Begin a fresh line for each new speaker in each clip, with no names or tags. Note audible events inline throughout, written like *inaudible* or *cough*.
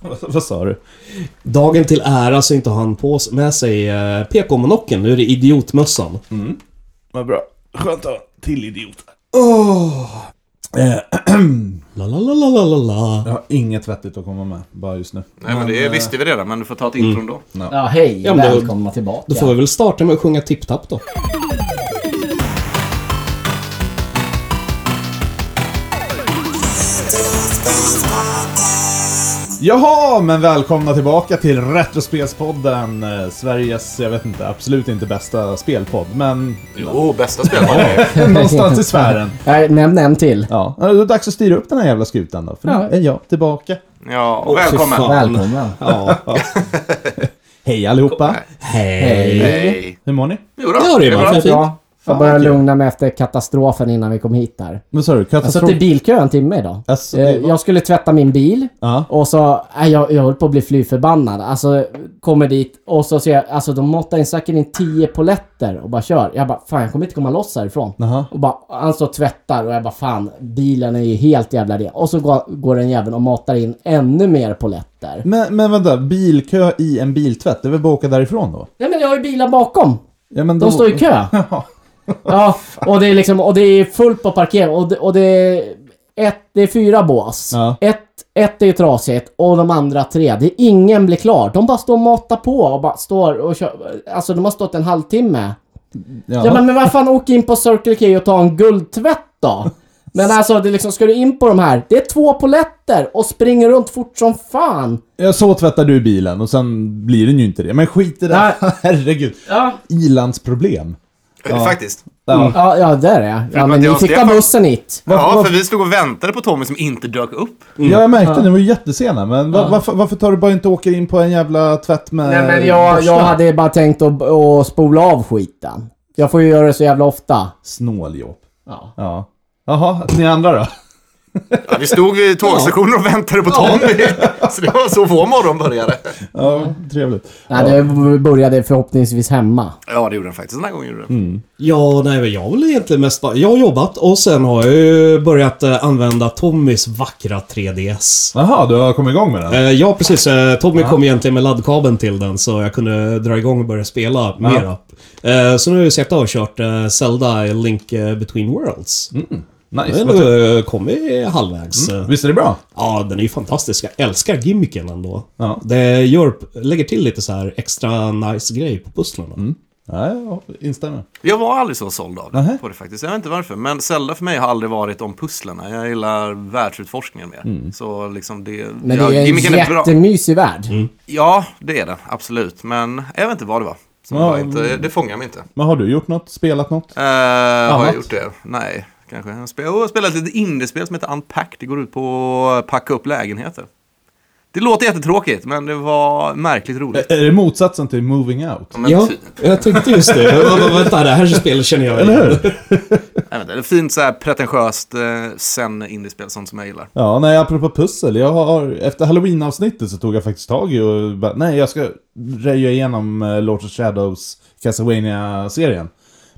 Vad- Vad sa du?
Dagen till ära så inte han på, med sig eh, PK-monokeln. Nu är det idiotmössan.
Vad bra. Skönt att ha en till idiot.
Åh! Eh,
La, la, la, la, la, la, la.
jag har inget vettigt att komma med, bara just nu.
Nej men det
eh,
visste vi redan, men du får ta ett intron då.
Ja, hej
Mm. Ja,
och
men då-
välkomna tillbaka.
Då får vi väl starta med att sjunga Tip Tap då.
Jaha, men välkomna tillbaka till Retrospelspodden. eh, Sveriges, jag vet inte, absolut inte bästa spelpodd,
*laughs*
men
Jo, bästa spelaren.
någonstans i sfären.
Nej, nämn en till.
Ja, eh, då är det dags att styra upp den här jävla skutan då, för
Ja.
nu är jag tillbaka.
Ja, och välkommen.
fan.
Välkomna.
Ja. Hej allihopa!
Hej!
Hej.
Hur mår ni?
Jo då,
Ja, det är bra.
Det är
Fint.
bra.
Fan,
Jag börjar
vad kul.
lugna mig efter katastrofen innan vi kom hit där.
Vad sa du?
Alltså,
Jag
Katastrof?
satt i bilkö en timme idag.
Alltså,
Eh,
det var-
Jag skulle tvätta min bil
Ja.
och så... nej, Jag, jag höll på att bli fly förbannad. Alltså, kommer dit och så ser jag... Alltså de måttar in säkert in 10 poletter och bara kör. Jag bara, fan jag kommer inte komma loss härifrån.
Jaha.
Och bara, han står och tvättar och jag bara fan, bilen är ju helt jävla ren. Och så går, går den jäveln och matar in ännu mer poletter.
Men, men vänta, bilkö i en biltvätt? Det är väl bara att åka därifrån då?
Nej men jag har ju bilar bakom!
Ja, men då...
De står i kö. Ja, och det är liksom, och det är fullt på parkering och det, och det är ett, det är fyra bås.
Ja.
Ett, ett är ju trasigt och de andra tre, det är ingen blir klar. De bara står och matar på och bara står och kör. Alltså de har stått en halvtimme.
Ja.
Ja, men, men vad fan, åk in på Circle K och ta en guldtvätt då. Men alltså, det är liksom, ska du in på de här, det är två poletter och springer runt fort som fan.
Ja, så tvättar du bilen och sen blir den ju inte det. Men skit i det.
Nej.
*laughs* Herregud.
Ja.
Ilandsproblem.
Ja. Faktiskt.
Ja.
Ja, ja där är jag. Ja,
att
men
jag
ni
och
fick ta
Stefan-
bussen hit.
Ja, för vi stod och väntade på Tommy som inte dök upp.
ja, jag märkte det. Ni var ju jättesena. Men va, varför, varför tar du bara inte och åker in på en jävla tvätt med...
Nej, men jag, Eh, jag
borsten?
hade bara tänkt att, att spola av skiten. Jag får ju göra det så jävla ofta.
Snåljobb.
Ja.
Ja. Jaha, ni andra då?
Ja, vi stod vid tågstationen och väntade på Tommy. Så det var så vår morgon började.
Ja, trevligt.
Nej, det började förhoppningsvis hemma.
Ja, det gjorde den faktiskt. Den här gången gjorde den.
Mm. Ja, nej men jag har väl egentligen mest bara... Jag har jobbat och sen har jag ju börjat eh, använda Tommys vackra 3DS.
Jaha, du har kommit igång med den?
Eh, Ja, precis. eh, Tommy kom egentligen med laddkabeln till den så jag kunde dra igång och börja spela mera. Eh, Så nu har jag suttit och kört eh, Zelda Link eh, Between Worlds.
Nice.
Jag har
Vad trevligt.
ändå, eh, kommit halvvägs. eh.
Visst är det bra?
Ja, den är ju fantastisk. Jag älskar gimmicken ändå.
Ja.
Det gör, lägger till lite så här extra nice grej på pusslen.
Nej, jag instämmer.
Jag var aldrig så såld av det,
Nähä.
på det faktiskt. Jag vet inte varför. Men Zelda för mig har aldrig varit om pusslerna. Jag gillar världsutforskningen mer.
Mm.
Så liksom det...
Men
ja,
det är en
gimmicken är bra.
jättemysig värld.
Ja, det är det. Absolut. Men jag vet inte vad det var. Som
Ja,
bara inte, det fångar mig inte.
Men har du gjort något? Spelat något?
Eh, har
Annat?
jag gjort det? Nej, kanske. Jag spel- oh, jag har spelat ett indiespel som heter Unpack. Det går ut på att packa upp lägenheter. Det låter jättetråkigt, men det var märkligt roligt.
Är det motsatsen till moving out?
Men
ja,
typ.
jag tänkte just *laughs* det. Jag bara, Vänta, det här spelet känner jag
Eller
igen.
hur?
Jag vet inte, det är ett fint så här pretentiöst eh, sen indiespel, sånt som jag gillar.
Ja, nej, apropå pussel. Jag har, efter halloween-avsnittet så tog jag faktiskt tag i och bara, nej, jag ska röja igenom eh, Lords of Shadows castlevania serien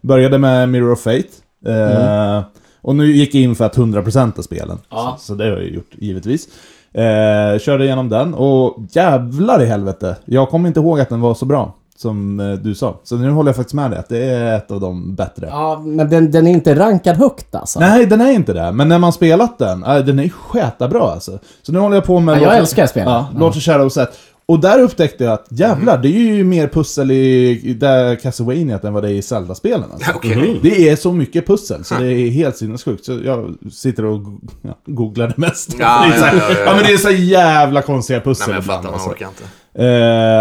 Började med Mirror of Fate. Eh, Och nu gick jag in för att 100% av spelen.
Ja.
Så, så det har jag gjort, givetvis. Eh, körde igenom den och jävlar i helvete. Jag kommer inte ihåg att den var så bra. Som eh, du sa. Så nu håller jag faktiskt med dig att det är ett av de bättre.
Ja, men den, den är inte rankad högt alltså.
Nej, den är inte det. Men när man spelat den, äh, den är jättebra alltså. Så nu håller jag på med...
Ja, jag
Lords-
älskar spelet.
Ja, Lords of Shadows 1. Och där upptäckte jag att
Mhm.
jävlar, det är ju mer pussel i i där Castlevania än vad det är i Zelda-spelen. Alltså.
Okej.
Det är så mycket pussel, så det är helt sinnessjukt. Så jag sitter och go- ja, googlar det mest.
Ja,
det är så här,
ja, ja, ja, ja.
men det är så jävla konstiga pussel
Nej, men jag
ibland,
fattar, man
alltså.
orkar inte.
Eh,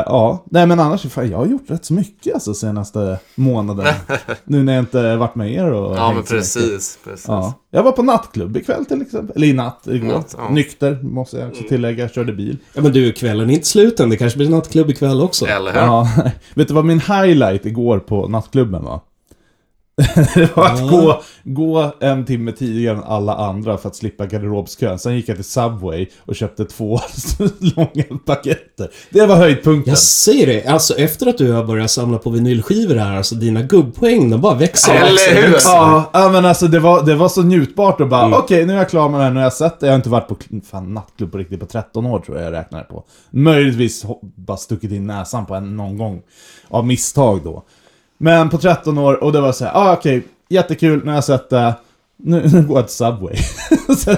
ja, nej men annars, fan, jag har gjort rätt så mycket alltså senaste månaden.
*laughs*
nu när jag inte varit med er och
Ja,
hängt
men
så mycket.
precis. precis.
Ja. Alltså, Jag var på nattklubb ikväll till exempel. Eller i natt, igår.
Natt, ja.
Nykter, måste jag också tillägga. Körde bil.
Ja, men du, kvällen är inte sluten. Det kanske blir nattklubb ikväll också.
*laughs*
Eller hur?
Ja. Vet du vad min highlight igår på nattklubben var? *laughs* Det var att gå, gå en timme tidigare än alla andra för att slippa garderobskön. Sen gick jag till Subway och köpte två *laughs* långa paketter. Det var höjdpunkten.
Jag säger det, alltså efter att du har börjat samla på vinylskivor här, alltså dina gubbpoäng, de bara växer och
Eller
växer. och
hur?
växer.
Ja, ja, men alltså det var, det var så njutbart att bara okej nu är jag klar med det här, nu har jag sett det. Jag har inte varit på fan, nattklubb på riktigt på 13 år tror jag jag räknar på. Möjligtvis ho- bara stuckit in näsan på en någon gång. Av misstag då. Men på 13 år och det var så här, ah, okej, jättekul, nu har jag sett det. Nu, nu går jag till Subway. *laughs* Sen-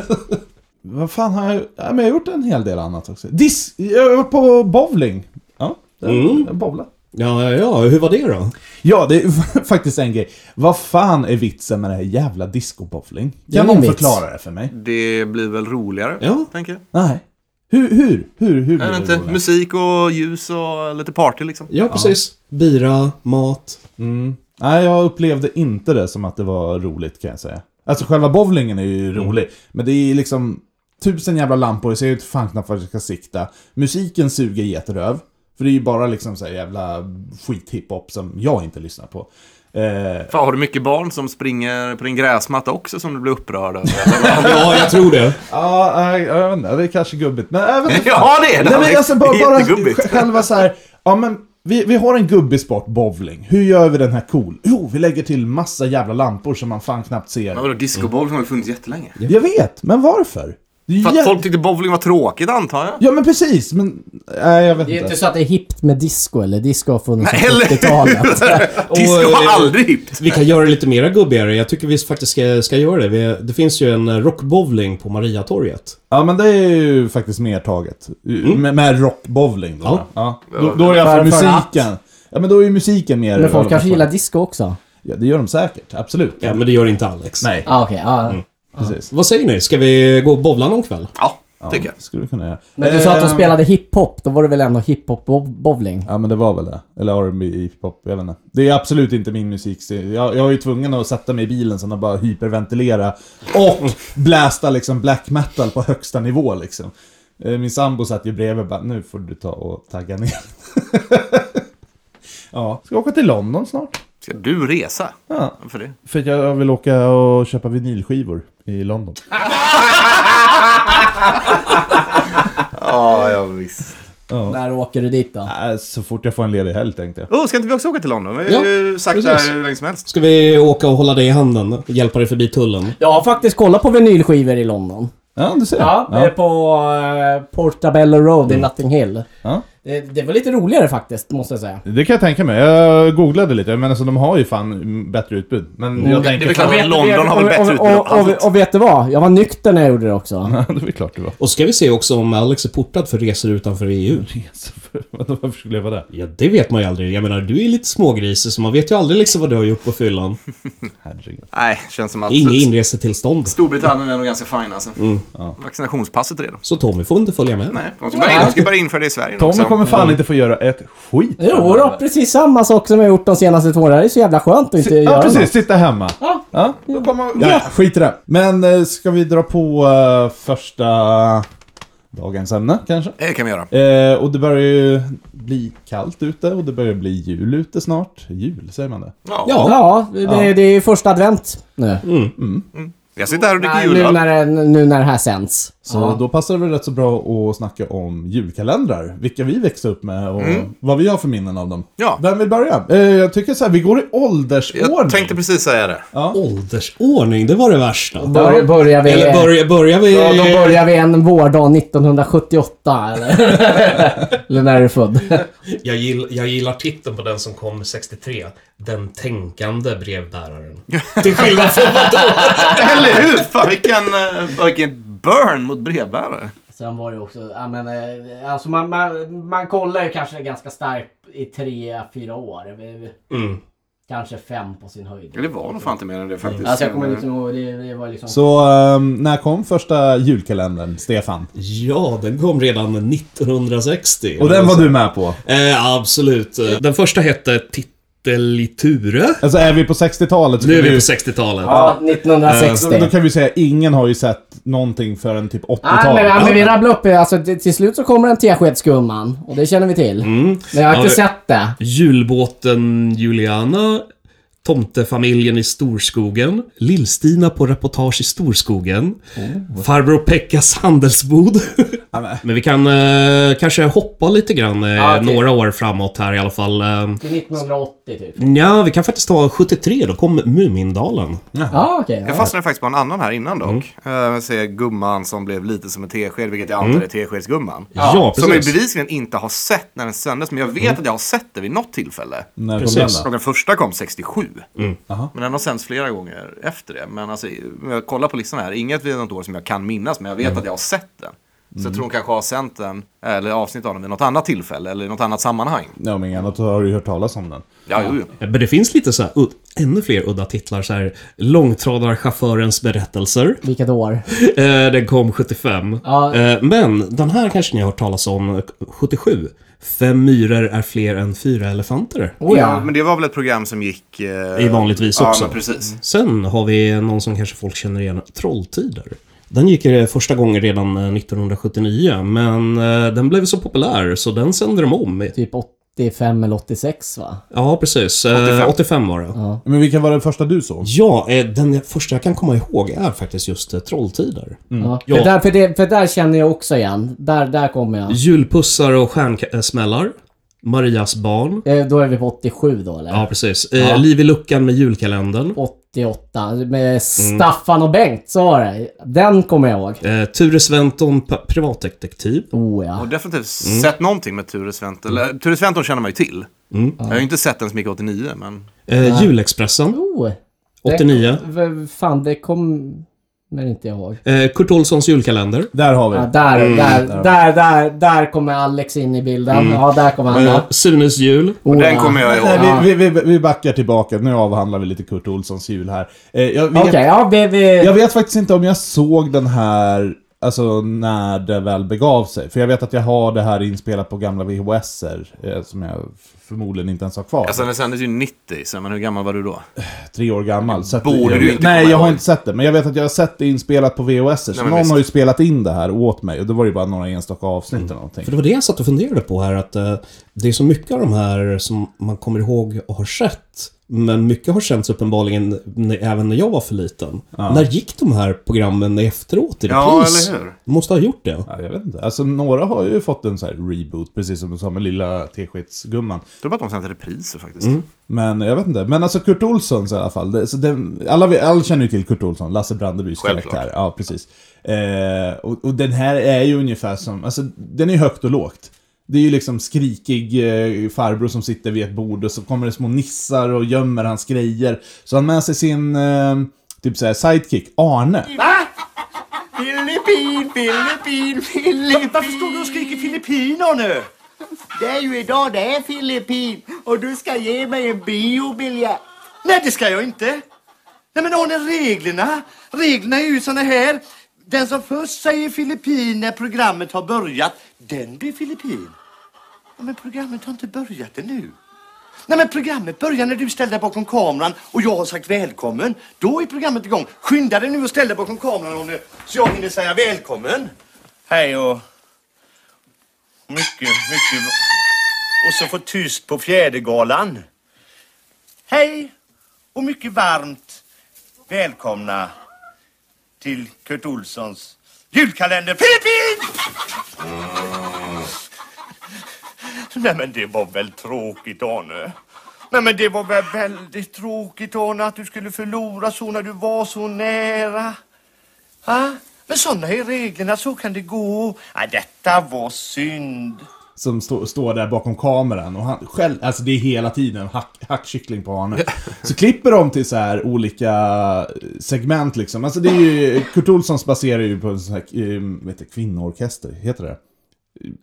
Vad fan har jag, ja, men jag har gjort en hel del annat också. Dis, jag var på bowling. Ja,
Mm.
mm. bowla.
Ja, ja, ja, hur var det då?
Ja, det är *laughs* faktiskt en grej. Vad fan är vitsen med det här jävla discobowling?
är
Kan någon
ingen vits.
förklara det för mig?
Det blir väl roligare,
Ja.
tänker jag.
Nej. Hur, hur, hur, hur
Jag
blir
vet
det
inte,
roligare?
musik och ljus och lite party liksom.
Ja, precis. Bira, mat.
Mm. Nej, jag upplevde inte det som att det var roligt kan jag säga. Alltså själva bowlingen är ju
Mm.
rolig, men det är liksom tusen jävla lampor, jag ser ju inte fan knappt vart jag ska sikta. Musiken suger jätteröv, för det är ju bara liksom så här jävla skithiphop som jag inte lyssnar på. Eh,
Fan, har du mycket barn som springer på din gräsmatta också som du blir upprörd *laughs* över?
Ja, jag tror det.
Ja, nej, jag vet inte, det är kanske gubbigt. Men jag vet inte.
*laughs* Ja, det är det,
Nej, men
Alex.
alltså,
Det
bara,
är
bara
jättegubbigt.
sj- *laughs* själva så här, ja men vi, vi har en gubbig sport, bowling. Hur gör vi den här cool? Jo, vi lägger till massa jävla lampor som man fan knappt ser.
Men vadå, discobowl har ju funnits jättelänge.
Jag vet, men varför? Det är ju
För att
jä-
folk tyckte bowling var tråkigt antar jag.
Ja men precis, men... Nej, jag vet
Det är
inte.
inte så att det är hippt med disco eller? Disco typ har funnits
Nej, *laughs*
sedan
eller
70-talet.
Disco
eh,
var aldrig
*laughs*
hippt.
Vi kan göra det lite mera gubbigare. Jag tycker vi faktiskt ska, ska göra det. Vi, det finns ju en eh, rockbowling på Mariatorget.
Ja men det är ju faktiskt mer taget.
Mm.
Med, med rockbowling då.
Ja.
Ja. Då, då är jag
För-
för
för att-
musiken. Ja men då är ju musiken mer...
Men folk kanske gillar disco också?
Ja, det gör de säkert. Absolut.
Ja, men det gör inte Alex.
Nej,
Ah, okej. ja.
precis.
Vad säger ni? Ska vi gå och bowla någon kväll?
Ja, tycker jag.
Skulle vi kunna göra.
Men du sa att de
Ehm,
spelade hiphop, då var det väl ändå hiphop-bowling?
Ja men det var väl det. Eller R&B, hiphop, jag vet inte. Det är absolut inte min musikstil. Jag, jag är ju tvungen att sätta mig i bilen sen och bara hyperventilera. Och blästa liksom black metal på högsta nivå liksom. Eh, Min sambo satt ju bredvid och bara, nu får du ta och tagga ner. *laughs* ja, ska åka till London snart.
Ska du resa?
Ja,
För det?
för att jag vill åka och köpa vinylskivor i London.
Ja, ja visst.
När åker du dit då?
Äh, så fort jag får en ledig helg tänkte jag.
Oh, ska inte vi också åka till London? Vi har
Ja,
ju sagt det
precis.
här hur länge som helst.
Ska vi åka och hålla dig i handen? och Hjälpa dig förbi tullen?
Jag har faktiskt kollat på vinylskivor i London.
Ja, du ser.
Ja, det är på eh, Portobello Road i Notting Hill.
Ja.
Det, det var lite roligare faktiskt, måste jag säga.
Det kan jag tänka mig. Jag googlade lite, men alltså, de har ju fan bättre utbud. Men jag
Mm. Det är väl
tänker...
klart att London har väl
Och-
bättre utbud
och,
av
och, och,
allt.
och vet du vad? Jag var nykter när jag gjorde det också.
Ja, *laughs* det är väl klart det var.
Och ska vi se också om Alex är portad för resor utanför EU?
Alltså, för- *laughs* vadå, Varför skulle jag vara där?
Ja, det vet man ju aldrig. Jag menar, du är lite smågrisig så man vet ju aldrig liksom vad du har gjort på fyllan.
Herregud.
Nej, känns som att...
Inget inresetillstånd.
Storbritannien är nog ganska fine alltså.
Mm.
Vaccinationspasset redan.
Så Tommy får inte följa med.
Nej, de ska börja, de ska börja införa det i Sverige
Tommy
också.
kommer fan inte få göra ett skit.
Jo, då, precis samma sak som jag gjort de senaste två åren. Det är så jävla skönt att inte
Ja,
göra
precis.
något.
Sitta hemma. Ja. Då kommer... ja. Skit i det. Men eh, ska vi dra på eh, första dagens ämne, kanske?
Det kan vi göra.
Eh, och det börjar ju bli kallt ute och det börjar bli jul ute snart. Jul, säger man det?
Ja.
Ja,
Ja, det, det- det är ju första advent nu.
Mm, Jag sitter här och dricker
Nej, nu,
julöl.
när det, nu när det här sänds.
Så då passar det väl rätt så bra att snacka om julkalendrar. Vilka vi växte upp med och vad vi har för minnen av dem.
Ja.
Vem vill börja? Eh, jag tycker så här, vi går i åldersordning.
Jag tänkte precis säga det.
Åldersordning, det var det värsta.
Bör, börjar vi...
Eller börjar, börjar vi...
Ja, då börjar vi en vårdag 1978 eller? *laughs* eller när är du född?
jag, gill, jag gillar titeln på den som kom 63. Den tänkande brevbäraren. *laughs* Till skillnad från vadå?
Eller hur? Fan, vilken, eh, vilken burn mot brevbärare.
Sen var det också, ja men eh, alltså man, man, man kollar ju kanske ganska starkt i tre, fyra år. Vi-
Mm.
Kanske fem på sin höjd.
Ja, Det var nog fan inte mer än det faktiskt.
Alltså jag kommer liksom ihåg, det, det var liksom...
Så ehm, när kom första julkalendern, Stefan?
Ja, den kom redan 1960.
Och den var du med på?
Eh, absolut. Eh, Den första hette Titeliture.
Alltså är vi på 60-talet så
Nu är
kan
vi
vi
på
ju-
60-talet.
Ja,
då,
1960.
Eh, då kan vi säga ingen har ju sett någonting förrän typ
Nej men,
80-talet.
ja, men vi rabblar upp eh, alltså till, till slut så kommer en teskedsgumman. Och det känner vi till. Men jag har
Ja,
inte
det-
sett det.
Julbåten Juliana. Tomtefamiljen i Storskogen, Lillstina på reportage i Storskogen,
Oh,
Farbror Pekkas handelsbod. Men vi kan eh, kanske hoppa lite grann eh,
Ja, okej.
några år framåt här i alla fall. Eh,
Till 1980 typ.
ja, vi kan faktiskt ta 73, då kom Mumindalen.
Ja, okej.
Jag fastnade faktiskt på en annan här innan dock.
Mm.
Eh, Jag ser gumman som blev lite som en tesked, vilket jag antar är teskedsgumman.
Ja,
som jag
precis. Mm.
bevisligen inte har sett när den sändes, men jag vet att jag har sett det vid något tillfälle.
När kom den
Precis.
då?
Och den första kom 67.
Mm.
Aha.
Men den har sänts flera gånger efter det. Men alltså, jag kollar på listan här, inget vid något år som jag kan minnas, men jag
Mm.
vet att jag har sett den. Så jag tror hon kanske har sänt den, eller avsnitt av den vid något annat tillfälle, eller i något annat sammanhang.
Ja, om inget annat har du ju hört talas om den.
Ja, jo, jo.
Eh, Men det finns lite så här, ud- ännu fler udda titlar. Så här, Långtradarchaufförens berättelser.
Vilket år?
Eh, den kom 75.
Ja.
Eh, men den här kanske ni har hört talas om, eh, 77. Fem myror är fler än fyra elefanter.
Oh,
ja.
ja.
Men det var väl ett program som gick... Eh...
I vanligtvis
ja,
också. Mm.
Men precis.
Sen har vi någon som kanske folk känner igen, Trolltider. Den gick eh, första gången redan eh, 1979, men eh, den blev så populär så den sände de om.
Typ 85 eller 86 va?
Ja, precis. Eh,
85.
85 var det.
Men vilken var den första du såg?
Ja, eh, den första jag kan komma ihåg är faktiskt just eh, Trolltider.
Mm.
Ja.
Ja.
För, där, för, det, för där känner jag också igen. Där, där kommer jag.
Julpussar och stjärnsmällar. Marias barn.
Eh, Då är vi på 87 då eller?
Ja, precis. Eh, Liv i luckan med julkalendern.
88 med Staffan och Bengt, så var det. Den kommer jag ihåg.
Eh, Ture Sventon, pa- privatdetektiv.
Oh ja.
Och definitivt sett någonting med Ture Sventon. Eller, Ture Sventon känner man ju till. Jag har ju inte sett den som gick 89, men...
Eh, julexpressen,
Oh.
89.
Det, v- fan, det kommer inte jag ihåg.
Eh, Kurt Olssons julkalender.
Där har vi.
Ja, där, där, där, där, där kommer Alex in i bilden. Ja, där kommer han.
Eh, Sunes jul.
Oh,
Den
ja.
kommer jag ihåg.
Nej, vi, vi, vi, vi backar tillbaka. Nu avhandlar vi lite Kurt Olssons jul här. Eh, jag, vet,
Okej, ja vi... vi...
jag vet faktiskt inte om jag såg den här, alltså när det väl begav sig. För jag vet att jag har det här inspelat på gamla VHSer, eh, som jag f- förmodligen inte ens har kvar.
Alltså den sändes ju 90, så men hur gammal var du då?
Tre år gammal. Så att-
Borde
jag,
du inte
Nej,
komma
jag har
ihåg.
inte sett det. Men jag vet att jag har sett det inspelat på VHSer.
Nej,
Så
men
någon
visst.
har ju spelat in det här åt mig. Och det var ju bara några enstaka avsnitt eller någonting.
För det var det jag satt och funderade på här, att eh, det är så mycket av de här som man kommer ihåg och har sett. Men mycket har känts uppenbarligen när, även när jag var för liten. När gick de här programmen efteråt i
Ja,
repris?
eller hur?
Måste ha gjort det.
Ja, jag vet inte. Alltså några har ju fått en så här reboot, precis som du sa med lilla teskedsgumman.
Jag tror bara att de sände repriser faktiskt.
Men jag vet inte. Men alltså Kurt Olssons i alla fall. Det, så den, alla, vi- alla känner ju till Kurt Olsson, Lasse Brandebys
Självklart.
karaktär. Ja, precis. Eh, och, och den här är ju ungefär som, alltså den är ju högt och lågt. Det är ju liksom skrikig eh, farbror som sitter vid ett bord och så kommer det små nissar och gömmer hans grejer. Så han har med sig sin, eh, typ såhär sidekick, Arne.
Filippin, Filippin, Filippin! Varför står du och skriker filippiner nu? Det är ju idag det är Filippin och du ska ge mig en biobiljett. Nej, det ska jag inte. Nej, men Arne, reglerna. Reglerna är ju såna här. Den som först säger Filippin när programmet har börjat, den blir Filippin. Ja, Men programmet har inte börjat ännu. Nej, men programmet börjar när du ställer dig bakom kameran och jag har sagt välkommen. Då är programmet igång. Skynda dig nu och ställ dig bakom kameran Ronny, så jag hinner säga välkommen. Hej och... Mycket, mycket... Och så få tyst på fjädergalan. Hej och mycket varmt välkomna till Kurt Olssons julkalender Filippin! Nej men det var väl tråkigt Arne. Nej men det var väl väldigt tråkigt Arne att du skulle förlora så när du var så nära. Ha? Men sådana är reglerna, så kan det gå. Nej, detta var synd.
som stå, står där bakom kameran och han själv, alltså det är hela tiden hack, hackkyckling på Arne. Så klipper de till så här olika eh, segment liksom. Alltså det är ju, Kurt Olssons baserar ju på en sån här, eh, vad heter det, kvinnoorkester, heter det?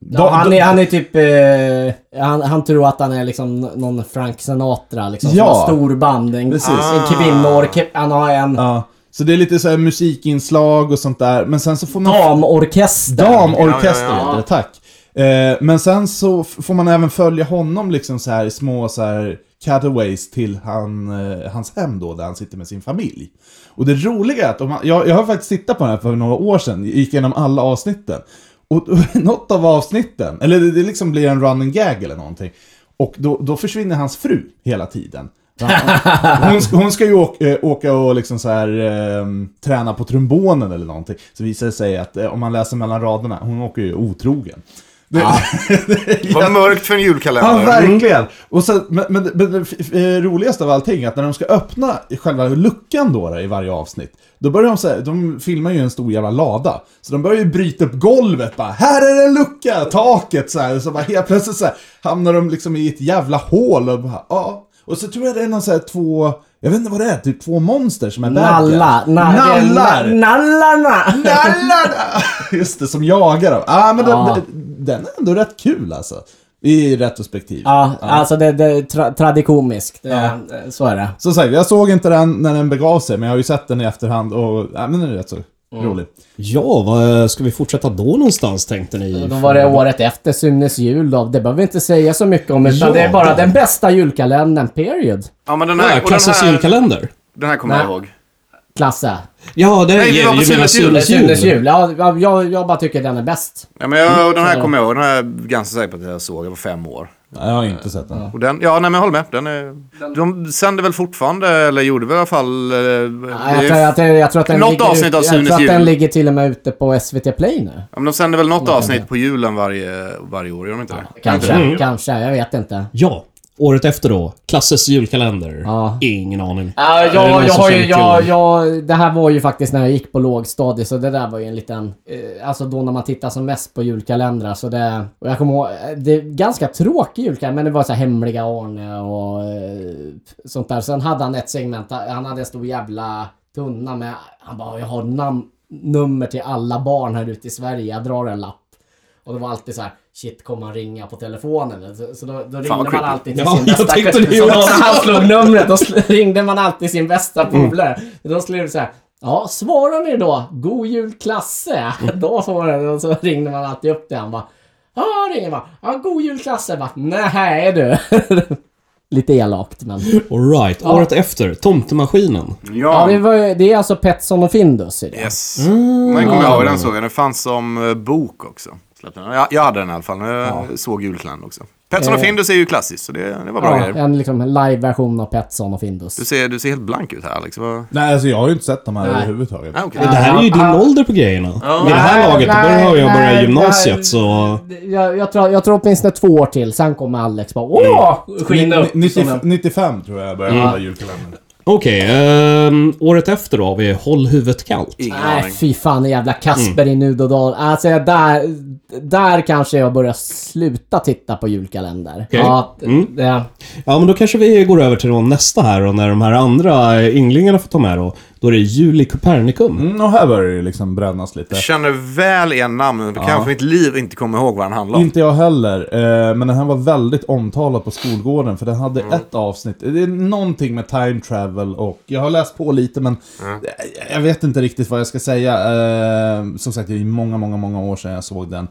Ja, han, är, han är typ... Eh, han, han tror att han är liksom någon Frank Sinatra liksom.
Ja.
Ja. Storband. En, en
Precis.
kvinnoorke- Han har en
Ja. Så det är lite så här musikinslag och sånt där, men sen så får man...
damorkester.
Damorkester
Ja, ja,
heter
ja.
det, tack. Eh, men sen så f- får man även följa honom liksom så här i små så här cutaways till han, eh, hans hem då, där han sitter med sin familj. Och det roliga är att, om man, jag, jag har faktiskt tittat på den här för några år sedan, gick igenom alla avsnitten. Och *laughs* och något av avsnitten, eller det, det liksom blir en running gag eller någonting. Och då, då försvinner hans fru hela tiden. Hon, sk- hon ska ju åka, eh, åka och liksom så här, eh, träna på trombonen eller någonting. Så visar det sig att eh, om man läser mellan raderna, hon åker ju otrogen. Det,
Vad mörkt för en
Ja,
julkalender.
verkligen. Och sen, men, men, men det f- eh, roligaste av allting är att när de ska öppna själva luckan då, då i varje avsnitt, då börjar de så här, de filmar ju en stor jävla lada. Så de börjar ju bryta upp golvet bara, här är det en lucka, taket så här. Så bara helt plötsligt så här, hamnar de liksom i ett jävla hål och bara, ja. Och så tror jag det är någon så här två, jag vet inte vad det är, typ två monster som är bad guys.
Nalla. na-
Nallar!
na- Nallarna!
*laughs* Nallarna! Just det, som jagar dem. Ah, men
Ja.
Den, den är ändå rätt kul alltså. I retrospektiv.
Ja, alltså det, det är tra- tradikomiskt. Det, Så är det.
Som sagt, jag såg inte den när den begav sig, men jag har ju sett den i efterhand och ja, men den är rätt så
Mm.
rolig.
Ja, vad, ska vi fortsätta då någonstans tänkte ni?
Då var det året efter Symnes jul då. Det behöver vi inte säga så mycket om. Utan det är bara den bästa julkalendern, period.
Ja, men den
Ja,
här, och den
Klassens
här,
julkalender.
den här kommer jag
Nej.
ihåg.
Klasse.
Ja, det är
Nej, vi var på
ju menar
Sunes jul.
Sunes
Symnes
jul.
jul. Ja, jag, jag, jag bara tycker den är bäst.
Ja, men jag, och den här kommer jag ihåg. Den här är jag ganska säker på att jag såg. Jag var fem år.
Ja, jag har inte sett den.
Och den, ja, nej, men jag håller med. Den är, de sänder väl fortfarande, eller gjorde väl i alla fall... eh,
Ja, jag,
det-
tror, jag, tror, jag tror att den
Något
ligger
avsnitt
ute-
av
Jag
Sunes
tror att
jul.
den ligger till och med ute på SVT Play nu.
Ja, men de sänder väl något avsnitt på julen varje, varje år, gör de inte det?
Kanske, kanske. Jag vet inte.
Ja, året efter då. Klasses julkalender.
Ja.
Ingen aning.
Ja,
Är det någon
jag, jag
som
har ju,
känner
jag,
till den?
jag, det här var ju faktiskt när jag gick på lågstadiet, så det där var ju en liten... Eh, alltså då när man tittar som mest på julkalendrar, så det... Och jag kommer ihåg, eh, det är ganska tråkig julkalender, men det var så här hemliga Arne och eh, sånt där. Sen hade han ett segment, där- han hade en stor jävla tunna med... Han bara, jag har nam- nummer till alla barn här ute i Sverige, jag drar en lapp. Och det var alltid så här, shit kommer han ringa på telefonen? Så, så då, då ringde man
creepy.
alltid till
Ja,
sin
jag
bästa
tänkte det
Så
också.
när han slog numret då sl- ringde man alltid sin bästa
Mm.
polare. Då skulle det så här, ja svarar ni då, god jul klasse.
Mm.
Då får man det och så ringde man alltid upp det. Han bara, ja ringer man, ja god jul klasse. Jag bara, nej du. *laughs* Lite elakt men.
Alright, året efter. Tomtemaskinen.
Ja, det, var, ju- det är alltså Petson och Findus i det.
Yes.
Mm.
Den kommer jag ihåg, den såg jag. Den fanns som eh, bok också. Släppte den. Jag, jag hade den i alla fall. Jag såg julkalendern också. Petsson och
Eh.
Findus är ju klassiskt, så det, det var bra
Ja,
grejer.
en liksom live-version av Petson och Findus.
Du ser, du ser helt blank ut här, Alex. Vad-
Nej, alltså jag har ju inte sett de här
Nej.
överhuvudtaget.
Ah, okej.
Det här är ju din ålder på grejerna. Vid det här laget, då
nej,
har jag
nej,
börjat
nej.
gymnasiet så...
Jag, jag, tror, jag tror åtminstone två år till, sen kommer Alex bara åh!
Mm.
Skina upp.
Ni-
som en- Mm.
90, 95 tror jag jag började kolla julkalendern.
Okej, ehm, året efter då har vi Håll huvudet kallt.
Ingen
Nej,
aning.
fy fan den jävla
Mm.
Kasper i Nudodal. Alltså jag- där, där kanske jag börjar sluta titta på julkalender.
Okej. Mm.
Ja, d- det,
Ja, men då kanske vi går över till då nästa här då, när de här andra eh, ynglingarna får ta med då. Då är det Juli Copernicum.
Mm, och här börjar det ju liksom brännas lite.
Jag känner väl igen namnet, men kanske för mitt liv inte kommer ihåg vad den handlar om.
Inte jag heller, eh, men den här var väldigt omtalad på skolgården för den hade ett avsnitt. Det är någonting med time travel och jag har läst på lite men jag- jag vet inte riktigt vad jag ska säga. Eh, som sagt, det är många, många, många år sedan jag såg den.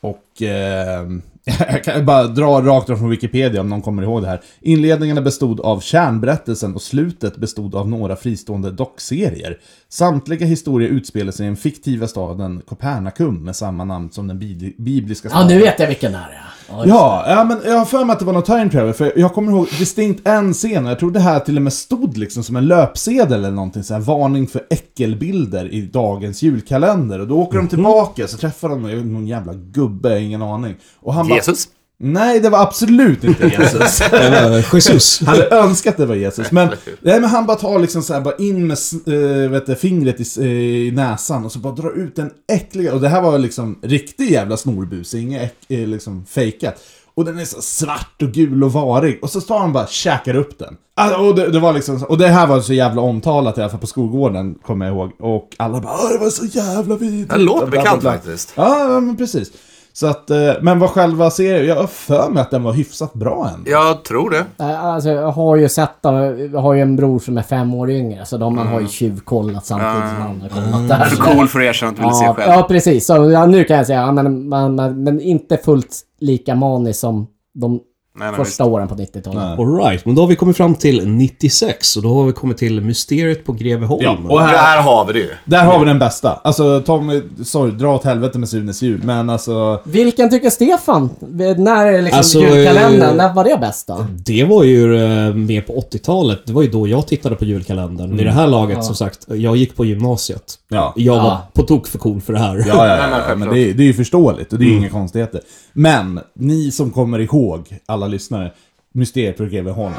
Och eh, *laughs* jag kan bara dra rakt från Wikipedia om någon kommer ihåg det här. Inledningarna bestod av kärnberättelsen och slutet bestod av några fristående dockserier. Samtliga historier utspelar sig i den fiktiva staden Copernicum med samma namn som den bi- bibliska
ja, nu vet jag vilken det här är. Oj.
Ja, ja, men jag har för mig att det var någon time travel, för jag kommer ihåg distinkt en scen, och jag tror det här till och med stod liksom som en löpsedel eller någonting så här, varning för äckelbilder i dagens julkalender. Och då åker de tillbaka, så träffar de någon, någon jävla gubbe, ingen aning. Och han bara,
Jesus?
Nej, det var absolut *laughs* inte Jesus.
Eh, Jesus.
Han hade önskat det var Jesus, men, nej, men han bara tar liksom så här, bara in med eh, vet du, fingret i, s- eh, i näsan och så bara drar ut den äckliga, och det här var liksom riktig jävla snorbus, inget äck- eh, liksom fejkat. Och den är så svart och gul och varig, och så tar han bara käkar upp den. Alltså, och, det, det var liksom, så- och det här var så jävla omtalat i alla fall på skolgården, kommer jag ihåg. Och alla bara "Åh, det var så jävla vidrigt.
Det låter
Och bla, bla,
bekant
bla.
faktiskt.
Ja, ja, men precis. Så att, eh, men vad själva serien, jag har för mig att den var hyfsat bra ändå.
Jag tror det.
Eh, Alltså, jag har ju sett dem. Jag har ju en bror som är fem år yngre, så de har
Mm.
ju tjuvkollat samtidigt
Ah.
som han har kollat där.
För cool för er som inte vill se
Ja,
själv.
ja, precis. Så, ja, nu kan jag säga, ja, men, men, men, men inte fullt lika manisk som de
Nej, nej,
första åren på 90-talet.
Alright, men då har vi kommit fram till 96 och då har vi kommit till mysteriet på Greveholm.
Ja, och här,
Där har vi det ju.
där har vi den bästa. Alltså Tommy, sorry, dra åt helvete med Sunes jul, men alltså...
Vilken tycker Stefan? När är det liksom
Alltså,
julkalendern,
eh,
när var det bäst då?
Det var ju eh, mer på 80-talet. Det var ju då jag tittade på julkalendern. Vid det här laget, som sagt, jag gick på gymnasiet.
Ja.
Jag var
Ja.
på tok för cool för det här. *laughs*
Ja, ja,
Nej, nej,
ja, ja. men
självklart.
det, är- det är ju förståeligt och det är ju inga konstigheter. Men, ni som kommer ihåg, alla lyssnare, Mysteriet på Greveholm.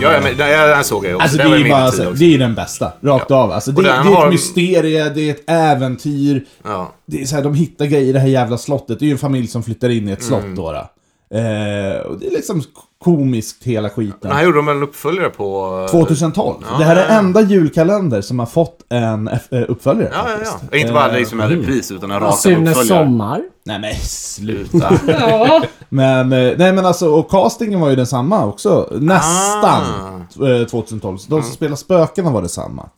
Ja, ja, men den, den såg jag ju också.
Alltså det
den var
är,
ju
ju
min
bara,
tid
alltså,
också.
det är ju den bästa, rakt av. Alltså, det,
Och
det
den
är
har-
ett mysterie, det är ett äventyr.
Ja.
Det är så här, de hittar grejer i det här jävla slottet. Det är ju en familj som flyttar in i ett slott
Mm.
då. då. Eh, och det är liksom komiskt hela skiten.
Den här gjorde de en uppföljare på...
2012. det här är enda julkalender som har fått en F- eh, uppföljare
Ja, ja,
faktiskt.
ja. Inte bara liksom
mm.
en repris utan en rak
Sunes
uppföljare.
sommar.
Nej men sluta. men, eh, nej men alltså, och castingen var ju densamma också. Nästan eh, 2012. Så de som spelar spökena var detsamma.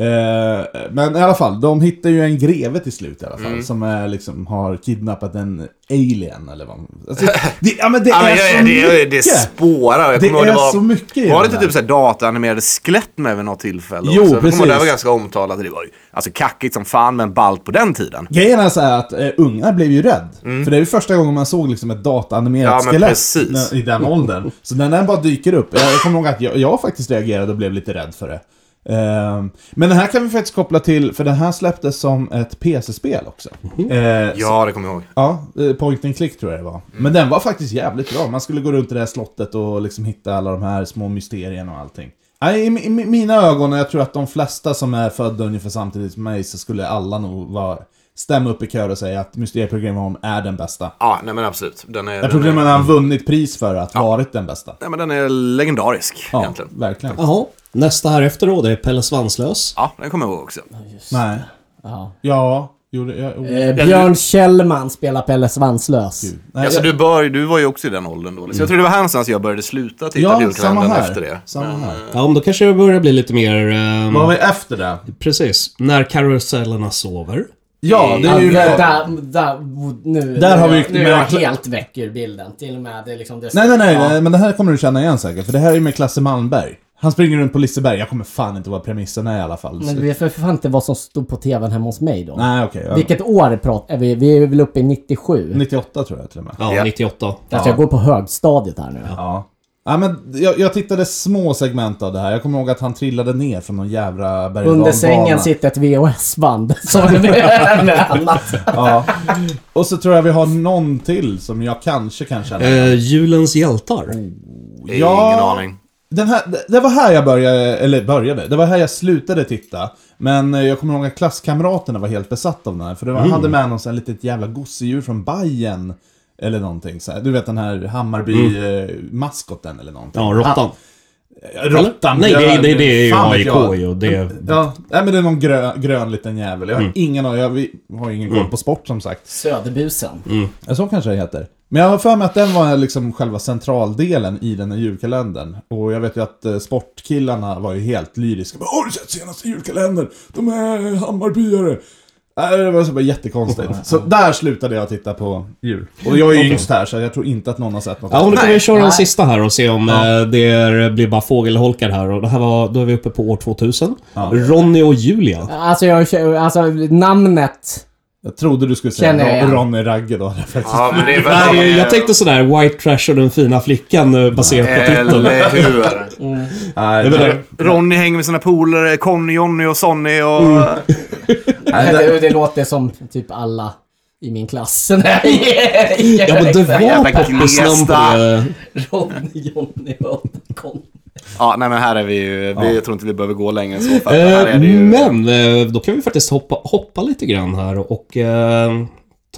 Eh, Men i alla fall, de hittar ju en greve till slut i alla fall. Som är, liksom, har kidnappat en alien eller vad alltså, det, Ja men det
Ja,
är
men
så
det, det, det
mycket!
spårar. Jag
Det
kommer ihåg
är
var,
så mycket i
Var det
den
inte
där.
typ såhär dataanimerade skelett med vid något tillfälle
Jo,
också? Jag kommer ihåg Det
precis.
var ganska omtalat. Det var ju alltså kackigt som fan men ballt på den tiden.
Grejen är så här att eh, unga blev ju rädd. För det är ju första gången man såg liksom ett dataanimerat
Mm. Ja, men
skelett
precis.
när- i den åldern. Så när den bara dyker upp. Jag, jag kommer ihåg att jag, jag faktiskt reagerade och blev lite rädd för det. Ehm, men den här kan vi faktiskt koppla till, för den här släpptes som ett PC-spel också.
Mhm.
Eh, så-
Ja, det kommer jag ihåg.
Ja, eh, Point and Click tror jag det var.
Mm.
Men den var faktiskt jävligt bra. Man skulle gå runt i det här slottet och liksom hitta alla de här små mysterierna och allting. Nej, I, i, i mina ögon, och jag tror att de flesta som är födda ungefär samtidigt som mig, så skulle alla nog vara, stämma upp i kör och säga att Mysterieprogram om är den bästa.
Ja, nej men absolut. Den är,
Jag
den
tror
är,
att man har vunnit pris för att ha varit den bästa.
nej, men den är legendarisk
Ja,
egentligen.
verkligen.
Jaha. Nästa här efter då, det är Pelle Svanslös.
Ja, den kommer jag ihåg också.
Nej.
Ja.
Ja, gjorde jag... Oh,
Eh, Björn Kjellman spelar Pelle Svanslös.
gud. Nej,
alltså,
jag- Mm.
du, bör, du var ju också i den åldern då. Liksom. Jag tror det var här någonstans jag började sluta titta på
ja, samma
julkalendern
här.
efter det. eh,
Samma här.
Ja, men då kanske det börjar bli lite mer... ehm,
Vad var vi
mm.
efter det?
Precis. När karusellerna sover.
Ja, det
Ja,
är ju...
där, där, där, nu,
Där har vi
nu,
ju-
nu är jag
men-
helt väck ur bilden. Till och med det är liksom det
Nej, nej, nej, nej, men det här kommer du känna igen säkert, för det här är ju med Klasse Malmberg. Han springer runt på Liseberg, jag kommer fan inte vad premissen är i alla fall.
Men
Så-
du vet för fan inte vad som stod på tvn hemma hos mig då.
Nej, okej. ja.
Vilket år pratar vi? Vi är väl uppe i 97?
98 tror jag till och med.
Ja,
Ja.
98.
Alltså jag går på högstadiet här nu.
Ja. ja men jag, jag tittade små segment av det här. Jag kommer ihåg att han trillade ner från någon jävla berg och
Under
dalbana.
sängen sitter ett VHS-band. *laughs* Som
*laughs*
är med annat.
Ja. Och så tror jag vi har någon till som jag kanske kan känna.
Eh, julens hjältar.
Det är
Ja.
Ingen aning.
Den här, det- det var här jag började, eller började, det var här jag slutade titta. Men eh, jag kommer ihåg att klasskamraterna var helt besatta av den här. För det var,
Mm.
hade med någon sån här litet jävla gosedjur från Bayern Eller någonting så här. Du vet den här Hammarby-maskoten eller någonting.
Mm. Ja, råttan.
Ah, Råttan.
Nej, det,
grön,
det, det är ju
fan vet jag.
AIK ju. och Det, Mm.
Ja, nej men det är någon grön, grön liten jävel. Jag har ingen aning, jag vi har ju ingen koll på sport som sagt.
Söderbusen.
Ja, så kanske det heter. Men jag har för mig att den var liksom själva centraldelen i den här julkalendern. Och jag vet ju att eh, sportkillarna var ju helt lyriska. Bara, Har du sett senaste julkalendern? De är Hammarbyare. Äh, det var så bara jättekonstigt. Så där slutade jag titta på jul. Och jag är ju yngst här så jag tror inte att någon har sett något.
Ja, om du kan vi köra den
Nej.
sista här och se om eh, det är, blir bara fågelholkar här. Och det här var, då är vi uppe på år 2000. Ronny och Julia.
Alltså, jag, alltså namnet.
Jag trodde du skulle
Känner jag
säga
igen.
Ron- Ronny Ragge då. faktiskt.
Ja, men det är väl...
Nej, jag tänkte sådär White Trash och den fina flickan eh, baserat på titeln.
Eller hur?
Nej,
Jag
det-
menar,
Ronny hänger med sina polare, Conny, Jonny och Sonny och...
Mm. nej, det-
Det, det låter som typ alla i min klass. *laughs* Nej,
Ja, men det var
Jävla
poppisnamn på
gnesta.
det.
Ronny, Jonny och Conny.
Ja, nej men här är vi ju... Vi, Jag tror inte vi behöver gå längre än så. För att här
Eh,
är det ju...
Men eh, då kan vi faktiskt hoppa, hoppa lite grann här och eh,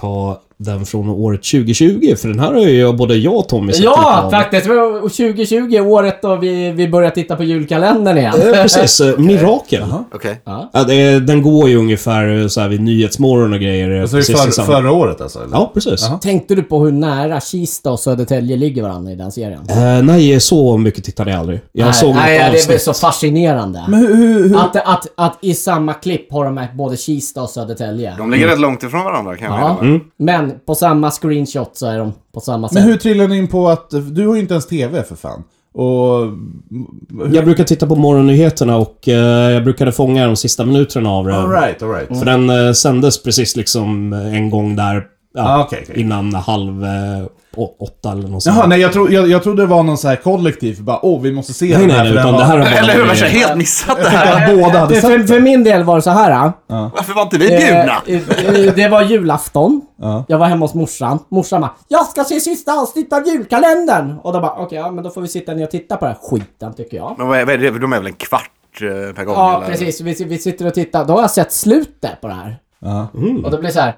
ta den från året 2020. För den här har ju både jag och Tommy sett lite
Ja,
av.
faktiskt! Det var 2020 året då vi, vi började titta på julkalendern igen.
Eh, Precis, eh, Mirakel.
Okej.
Ja, det, den går ju ungefär eh, så här vid Nyhetsmorgon och grejer. eh,
Alltså det är
precis i
för,
samband-
förra året alltså? Eller?
Ja, precis.
Tänkte du på hur nära Kista och Södertälje ligger varandra i den serien?
Eh, nej, så mycket tittade jag aldrig. Jag
nej,
såg
nej,
något
det är väl
avsnitt.
så fascinerande. Att, att, att i samma klipp har de med både Kista och Södertälje.
De ligger rätt långt ifrån varandra kan jag
Ja.
mena. va?
Mm.
Men på samma screenshot så är de på samma sätt.
Men hur trillade ni in på att... Du har ju inte ens TV för fan. Och...
Jag brukar titta på morgonnyheterna och eh, jag brukade fånga de sista minuterna av det.
Alright, Mm. alright.
För den eh, sändes precis liksom eh, en gång där. Ja,
Ah, okej, okej.
Innan halv eh, å- åtta eller något sånt.
Jaha, nej jag, tro, jag, jag trodde det var någon så här kollektiv, bara åh vi måste se
nej,
den
nej,
här
nej,
för den
utan
var...
det här har
*laughs*
bara...
Eller hur? Jag har helt missat det här.
Jag tänkte att båda hade
Det,
sett
för,
den.
för min del var det så här. äh.
Varför var inte vi
Eh,
bjudna?
eh, eh, det var julafton.
Ja.
Jag var hemma hos morsan. Morsan bara “Jag ska se sista avsnittet av julkalendern!” Och då bara “Okej, ja, men då får vi sitta ner och titta på den här skiten tycker jag”.
Men vad är, vad är det? De är väl en kvart eh, per gång?
Ja,
eller?
precis. Vi, vi sitter och tittar. Då har jag sett slutet på det här.
Ja.
Och då blir det så här.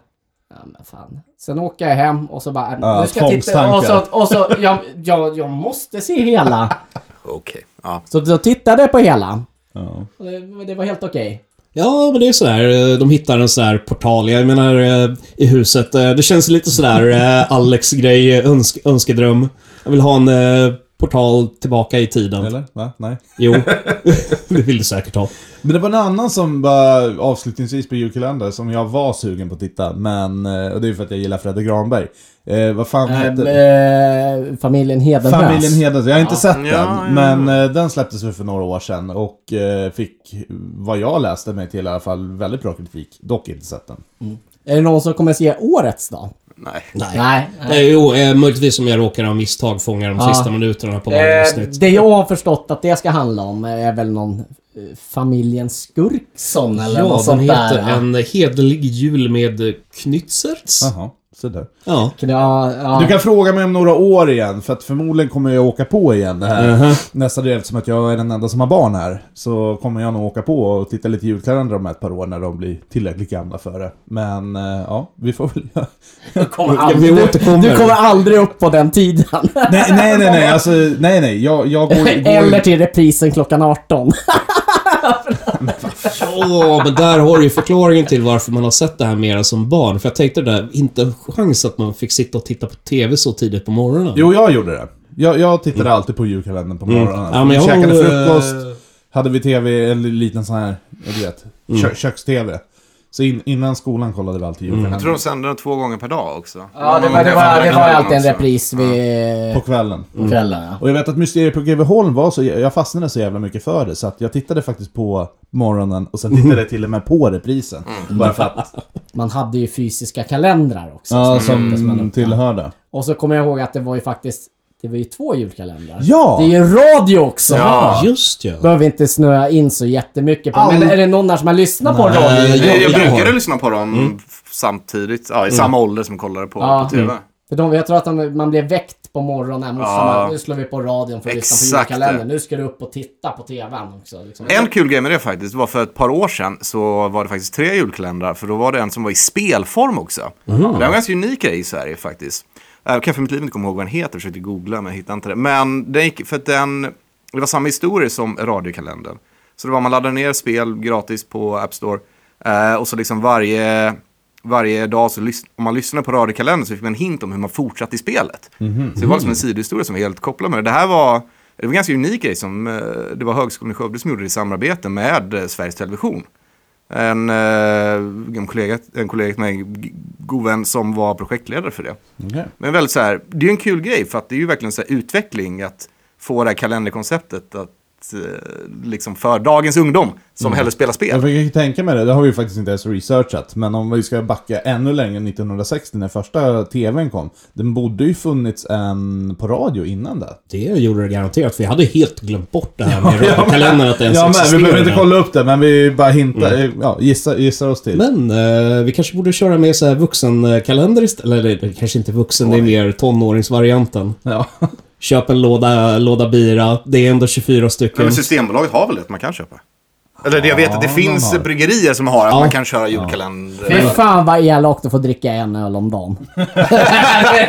Ja, men fan. Sen åker jag hem och så bara... äh,
Ja,
nu ska jag titta. Och så...
tvångstankar.
Och så jag, jag, jag måste se hela.
Okej. Ja.
Så då tittade jag på hela.
Ja.
Och det, det var helt okej.
Ja, men det är sådär. eh, De hittar en sån här portal. Jag menar, eh, i huset. eh, Det känns lite sådär eh, Alex-grej, eh, önsk önskedröm. Jag vill ha en eh, portal tillbaka i tiden.
Eller? Va? Nej. *laughs*
Jo, *laughs* det vill du säkert ha.
Men det var en annan som bara avslutningsvis på julkalender som jag var sugen på att titta. Men, eh, och det är ju för att jag gillar Fredde Granberg. Eh, vad fan hette
Ehm, eh, familjen Hedenäs.
Familjen Hedens. Jag har inte sett den,
Ja, ja, ja.
men eh, den släpptes ju för några år sedan och eh, fick, vad jag läste mig till i alla fall, väldigt bra kritik. Dock inte sett den.
Är det någon som kommer se årets då?
Nej.
Nej.
Eh, jo, eh, möjligtvis om jag råkar av misstag fånga de
Ja.
sista minuterna på varje
Eh,
avsnitt.
det jag har förstått att det ska handla om är väl någon eh, familjen Skurkson eller
Ja,
något
den
sånt
heter
där. va?
En hederlig jul med eh, Knytzers.
Jaha, så där.
Ja.
Ja, ja.
Du kan fråga mig om några år igen, för att förmodligen kommer jag åka på igen det här.
Mhm.
Nästa del, eftersom att jag är den enda som har barn här, så kommer jag nog åka på och titta lite julkalendrar om ett par år när de blir tillräckligt gamla för det. Men eh, ja, vi får väl
*laughs*
göra.
Du kommer
vi
aldrig,
återkommer.
Du kommer aldrig upp på
*laughs*
den tiden.
Nej, nej, nej, nej, alltså, nej, nej, jag, jag går, går
Eller till reprisen klockan 18.
Ja, men där har du ju förklaringen till varför man har sett det här mera som barn. För jag tänkte det där, inte en chans att man fick sitta och titta på TV så tidigt på morgonen.
Jo, jag gjorde det. Jag, jag tittade alltid på julkalendern på morgonen.
Mm. Ja, men jag
vi käkade
har,
frukost,
eh,
hade vi TV, en liten sån här, du vet,
Mm.
kö, köks-TV. Så in, innan skolan kollade vi alltid julkalendern.
Jag tror de sänder den två gånger per dag också.
Ja, det var, det var, det var alltid en repris vid
På kvällen.
på kvällen.
Mm.
Ja.
Och jag vet att Mysteriet på Greveholm var så, jag fastnade så jävla mycket för det så att jag tittade faktiskt på morgonen och sen tittade jag till och med på reprisen. Bara för att,
Man hade ju fysiska kalendrar också.
ja, som tillhörde.
Och så kommer jag ihåg att det var ju faktiskt det var ju två julkalendrar.
Ja!
Det är ju radio också!
Ja.
Just ja.
Behöver vi inte snöa in så jättemycket på. Men är det någon här som har lyssnat på radio?
Nej.
Jag, jag
Jag har-
brukade lyssna på dem samtidigt, ja, i samma ålder som jag kollade på,
Mm. Ja. Mm.
på TV.
För de, jag tror att de, man blev väckt på morgonen. Morsan
Ja.
bara, nu slår vi på radion för att lyssna på
Exakt
julkalendern.
det.
Nu ska du upp och titta på TVn också. Liksom.
En kul grej med det faktiskt var för ett par år sedan så var det faktiskt tre julkalendrar för då var det en som var i spelform också. Det var en ganska unik grej i Sverige faktiskt. Jag kan för mitt liv inte komma ihåg vad den heter, försökte googla men hittade inte det. Men den gick, för att den, det var samma historia som radiokalendern. Så det var man laddade ner spel gratis på App Store eh, och så liksom varje, varje dag så lys- om man lyssnade på radiokalendern så fick man en hint om hur man fortsatte i spelet. Så det var liksom en sidohistoria som var helt kopplad med det. Det här var det var en ganska unik grej som eh, det var Högskolan i Skövde som gjorde det i samarbete med eh, Sveriges Television. En, eh, en, kollega, en kollega till mig, g- god vän, som var projektledare för det.
Okej.
Men väldigt så här, det är ju en kul grej för att det är ju verkligen så här utveckling att få det här kalenderkonceptet att eh, liksom för dagens ungdom som hellre spelar
Jag
spel.
fick ju tänka mig det, det har vi ju faktiskt inte ens researchat. Men om vi ska backa ännu längre, 1960 när första TVn kom. Den borde ju funnits en på radio innan det.
Det gjorde det garanterat. för Vi hade helt glömt bort det här med radiokalendern att det ens
Ja men vi
existerade.
behöver inte kolla upp det, men vi bara hintar, ja, gissar, gissar oss till.
Men eh, vi kanske borde köra med så här vuxenkalender istället. Eller det är kanske inte vuxen, det är mer tonåringsvarianten.
Ja.
Köp en låda, låda bira. Det är ändå 24
Men
stycken.
Systembolaget har väl det man kan köpa? Eller jag vet att det finns
har.
bryggerier som har att man kan köra julkalender.
Fy fan vad elakt att få dricka en öl om dagen.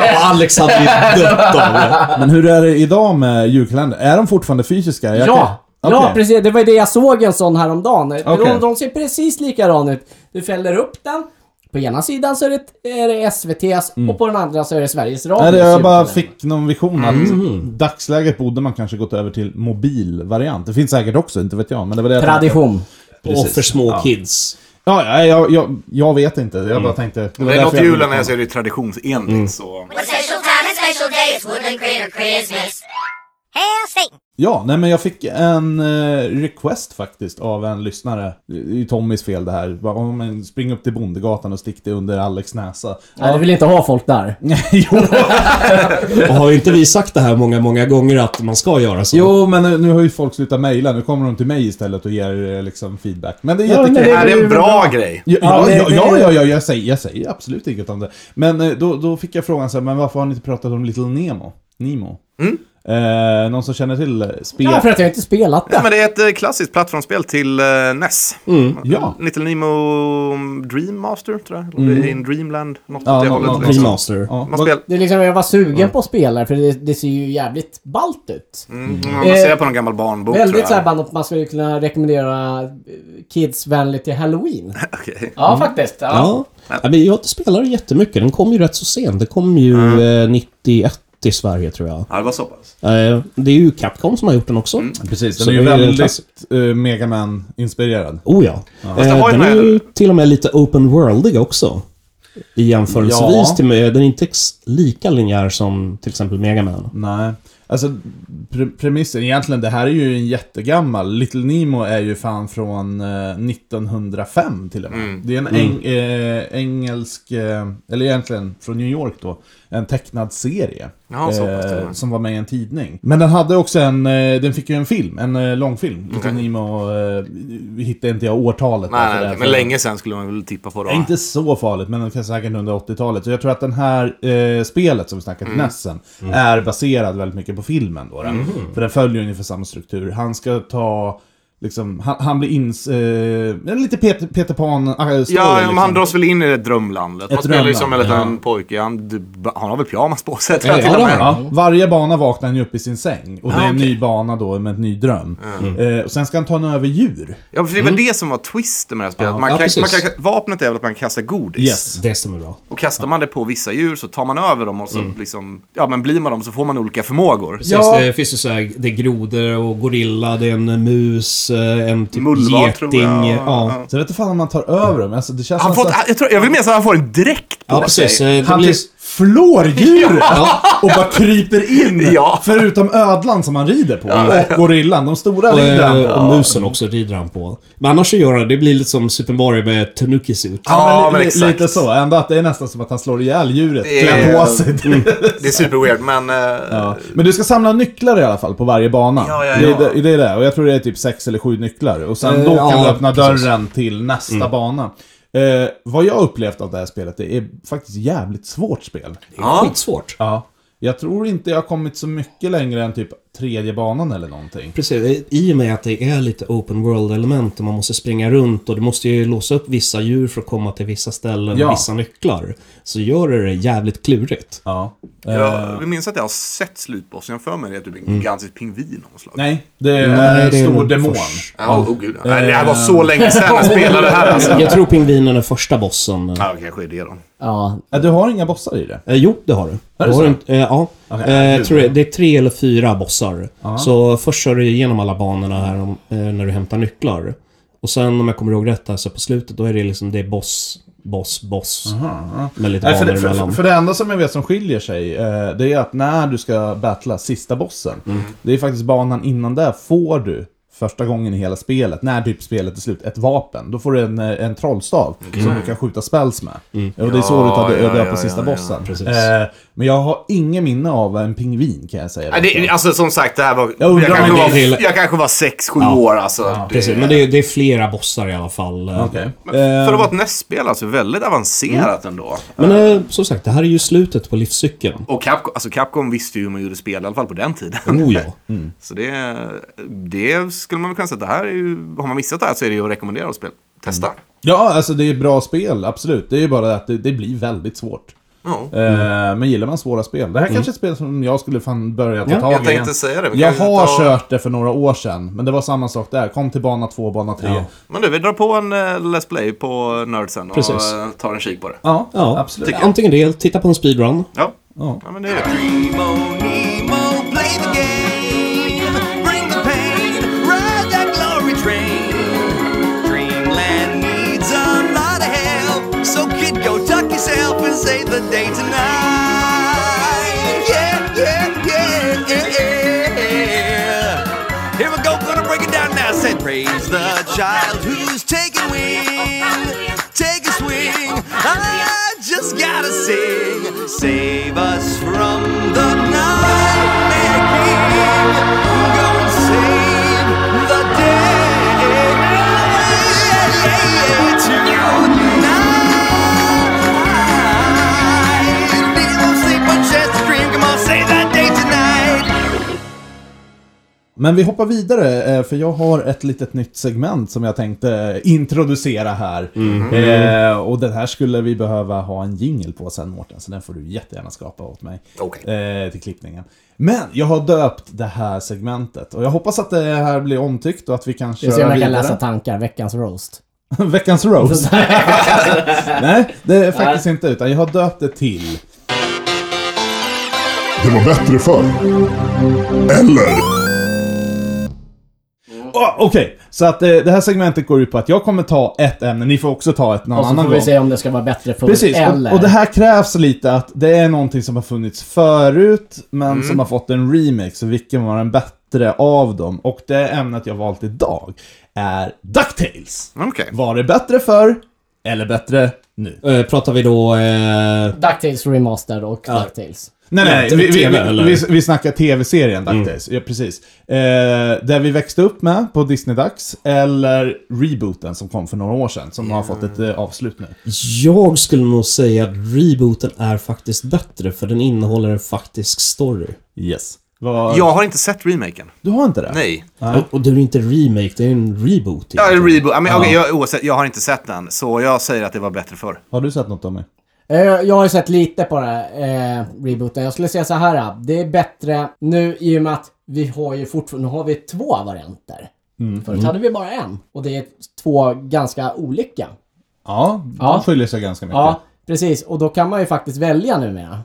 Och Alex hade ju dött av det.
Men hur är det idag med julkalender? Är de fortfarande fysiska? Jag
Ja!
kan-
Ja
Okej.
precis, det var ju det jag såg en sån häromdagen.
Okej.
De, de ser precis likadana ut. Du fäller upp den. På ena sidan så är det, är det SVT's och på den andra så är det Sveriges Radio.
Mm. Nej, det, jag bara fick någon vision att Mm. dagsläget borde man kanske gått över till mobilvariant. Det finns säkert också, inte vet jag. Men det var det jag tänkte.
Tradition.
Och för små kids.
Ja, ja jag, jag, jag vet inte. Jag bara tänkte... var
Mm. Det är
därför
något i
jag-
julen när jag ser det traditionsenligt.
Mm.
Så.
What special time and special day is Woodland Creator Christmas. Hail Satan!
Ja, nej men jag fick en eh, request faktiskt av en lyssnare. Det är ju Tommys fel det här. Bara, "Ja, men Spring upp till Bondegatan och stick det under Alex näsa. *laughs*
Ja. Du vill inte ha folk där.
jo,
Och har inte vi sagt det här många, många gånger att man ska göra så?
jo, men nu, nu har ju folk slutat mejla. Nu kommer de till mig istället och ger eh, liksom feedback. Men det är jättekul.
men
Det
det-
här är en bra grej.
Ja,
Ja,
ja,
det-
ja,
det-
ja, ja, ja jag, säger, jag säger absolut inget om det. Men eh, då, då fick jag frågan så här, men varför har ni inte pratat om Little Nemo? Nemo? Eh, någon som känner till eh, spel?
Mm. Ja, för att jag inte spelat
Ja,
det.
men det är ett eh, klassiskt plattformsspel till eh, NES.
Mm. ja. Mm.
Little Nemo mm, Dream Master, tror jag. Eller In Dreamland, något
Ja,
åt det
nå-
hållet.
nå-
Alltså.
liksom.
Remaster.
Ja,
Man,
vad-
spel,
Det är liksom, jag var sugen på att spela det, för det, det ser ju jävligt ballt ut.
mm, man
Eh,
ser på någon gammal barnbok, tror
Väldigt
jag.
såhär bandot man skulle kunna rekommendera eh, kidsvänligt till halloween.
*laughs*
Mm.
Okej.
Ja faktiskt.
Ja. ja. men Jag spelar jättemycket. Den kom ju rätt så sent. Den kom ju eh, 91 i Sverige tror jag.
Ja, det var så pass.
Eh, Det är ju Capcom som har gjort den också.
Precis,
Så
den är ju
det är ju en
väldigt
klassisk-
uh, Mega Man-inspirerad.
Oh ja.
det
Eh,
var ju
Den är
den här-
ju till och med lite open worldig också. I jämförelsevis
Ja.
till mig. Den är inte ex- lika linjär som till exempel Mega Man.
Nej. Alltså, pre premissen, egentligen det här är ju en jättegammal. Little Nemo är ju fan från eh, 1905 till och med.
Mm.
Det är en eng eh, engelsk, eh, eller egentligen från New York då, en tecknad serie. eh,
Ja, så pass till och med.
som var med i en tidning. Men den hade också en, eh, den fick ju en film, en eh, långfilm. Little Nemo, eh, hittar inte jag årtalet. där
Mm, Nej,
för
nej,
det
nej,
här
men länge sen skulle man väl tippa på då.
Ja, Inte så farligt, men kanske säkert under 80-talet. Så jag tror att den här eh, spelet som vi snackade mm. Nessen är baserad väldigt mycket på filmen. Då, då.
Mm.
För den följer ungefär samma struktur. Han ska ta... Liksom, han, han blir ins... Eh, lite Peter, Peter pan äh, story,
Ja,
liksom.
men han dras väl in i det drömlandet. Man
Ett
spelar ju som en
drömland,
liten pojke. Han, du- han har väl pyjamas på sig, tror jag till
Ja,
och
ja,
med.
ja. Varje bana vaknar han ju upp i sin säng. Och det är en
okej. Mm.
ny bana då med en ny dröm. Eh, och sen ska han ta en över djur.
Ja, för det var
Mm.
det som var twisten med det här spelet. Man
ja,
kan, man
precis.
kan, vapnet är väl att man kastar godis.
Det stämmer bra.
Och kastar man det på vissa djur så tar man över dem och
Mm.
så liksom, ja men blir man dem så får man olika förmågor.
Ja.
Det finns ju så här, det är grodor och gorilla, det är en mus, eh, en typ
Mullvad,
geting.
tror jag.
Ja.
Så jag vet inte fan om man tar över dem. Alltså, det känns
Han
som
får,
så-
jag, tror, jag vill mena att han får en dräkt på
ja, precis.
sig.
Eh, Det
Han
blir...
blir flårdjur och bara kryper in.
Ja.
Förutom ödlan som han rider på. Och gorillan. De stora
Och,
rider han
eh,
på.
och musen också rider han på. Men annars så gör han, det blir lite som Super Mario med Tanuki Suit.
Ja,
li-
men
li-
exakt.
Lite så. Ändå att det är nästan som att han slår ihjäl djuret.
Det
Klär
är-
på sig.
Mm.
Det är super weird, men... eh,
Ja. Men du ska samla nycklar i alla fall på varje bana.
Ja, ja,
Det,
ja.
är det, det är det. Och jag tror det är typ sex eller sju nycklar. Och sen då
Eh,
kan du
ja,
öppna
precis. Mm.
dörren till nästa bana. Eh, vad jag har upplevt av det här spelet, det är faktiskt jävligt svårt spel.
Ja.
Skitsvårt.
Ja. Jag tror inte jag har kommit så mycket längre än typ tredje banan eller någonting.
Precis, i och med att det är lite open world-element och man måste springa runt och du måste ju låsa upp vissa djur för att komma till vissa ställen
Ja.
och vissa nycklar. Så gör det det jävligt klurigt.
Ja. eh.
Jag jag minns att jag har sett slutbossen. Jag har för mig det är typ en gigantisk pingvin av något slag.
Mm. Nej, det är
Nej,
en
det är
stor
nog
demon.
först.
Ja, oh, gud. Nej, det här var så länge sedan
*laughs*
jag spelade det här alltså.
Jag tror pingvinen är första bossen.
Ja, det kanske är det då.
Ja,
Ja, du har inga bossar i det?
Eh, jo, det har du.
det
Då
så?
har du inte- eh, ja.
Okej,
eh,
gud.
jag tror det, det är tre eller fyra bossar. Så först kör du igenom alla banorna här om, eh, när du hämtar nycklar. Och sen om jag kommer ihåg rätt här så på slutet då är det liksom det är boss, boss, boss. Med lite
Nej, för,
banor
det, för,
emellan.
för det enda som jag vet som skiljer sig, eh, det är att när du ska battla sista bossen, det är faktiskt banan innan där får du första gången i hela spelet, när typ spelet är slut, ett vapen. Då får du en, eh, en trollstav som du kan skjuta spells med. Och det är så du tar
Ja,
död
ja,
på
ja,
sista
ja,
bossen.
precis.
Eh, men jag har ingen minne av en pingvin kan jag säga.
Nej, det, alltså som sagt, det här var...
Jag
Jag,
undrar om
kanske,
det
var,
är-
jag kanske var sex, sju år alltså. Det-
Precis, men det är, det är flera bossar i alla fall. Eh,
Okej.
För att vara ett
ehm,
NES-spel alltså, väldigt avancerat ändå.
Men eh, som sagt, det här är ju slutet på livscykeln.
Och Capcom,
Mm.
alltså Capcom visste ju hur man gjorde spel, i alla fall på den tiden.
Oh ja.
Så det, det skulle man väl kunna säga att det här är ju, har man missat det här så är det ju att rekommendera att spela. Testa.
Mm.
Ja, alltså det är ett bra spel, absolut. Det är ju bara det att det, det blir väldigt svårt.
Ja.
Eh, men gillar man svåra spel. Det här kanske är ett spel som jag skulle fan börja ta tag i.
Mm. Jag tänkte
igen.
säga det, men
Jag
kan vi
har
ta-
kört det för några år sedan, men det var samma sak där. Kom till bana två, bana tre. Ja,
Men du, vi drar på en eh, Let's Play på Nerdsen och
Precis.
eh, tar en kik på det.
ja,
Ja,
absolut.
Tycker jag.
Antingen det, eller titta på en speedrun.
Ja,
Ja.
ja men det är det.
Men vi hoppar vidare, eh, för jag har ett litet nytt segment som jag tänkte eh, introducera här.
Mhm.
Eh, och den här skulle vi behöva ha en jingle på sen, Mårten, så den får du jättegärna skapa åt mig.
Okej.
Eh, till klippningen. Men jag har döpt det här segmentet, och jag hoppas att det här blir omtyckt och att vi kan
Vi får se om
köra
jag kan
vidare.
läsa tankar. Veckans roast.
*laughs* Veckans
*laughs*
roast. Nej, det är faktiskt inte, utan jag har döpt det till...
Det var bättre förr. Eller?
Åh, Ah, Okej, så att eh, det här segmentet går ut på att jag kommer ta ett ämne, ni får också ta ett någon
Och så
annan
får vi
gång.
se om det ska vara bättre förr
Precis,
eller...
och, och det här krävs lite att det är någonting som har funnits förut, men
Mm.
som har fått en remix, och vilken var den bättre av dem? Och det ämnet jag valt idag är DuckTales.
Okej.
Var det bättre förr, eller bättre nu?
Eh, pratar vi då... Eh,
DuckTales Remaster och DuckTales.
Nej, nej,
Ja,
vi, vi,
TV,
vi,
eller?
vi, vi snackar tv-serien DuckTales. Ja, precis. Eh, där vi växte upp med på Disney Ducks, eller rebooten som kom för några år sedan, som har fått ett eh, avslut nu.
jag skulle nog säga att rebooten är faktiskt bättre, för den innehåller en faktisk story.
Yes. Vad-
Jag har inte sett remaken.
Du har inte det?
Nej.
Och, och det är ju inte en remake, det är en reboot.
Ja,
egentligen.
reboot. Ja, men, okej, jag, oavsett, jag har inte sett den, så jag säger att det var bättre förr.
Har du sett något av mig?
Eh, Jag har ju sett lite på det här, eh, rebooten. Jag skulle säga så här. eh, Det är bättre nu i och med att vi har ju fortfarande, nu har vi två varianter.
Mm.
Förut hade vi bara en. Och det är två ganska olika.
Ja, de
Ja.
skiljer sig ganska mycket.
Ja, precis. Och då kan man ju faktiskt välja numera.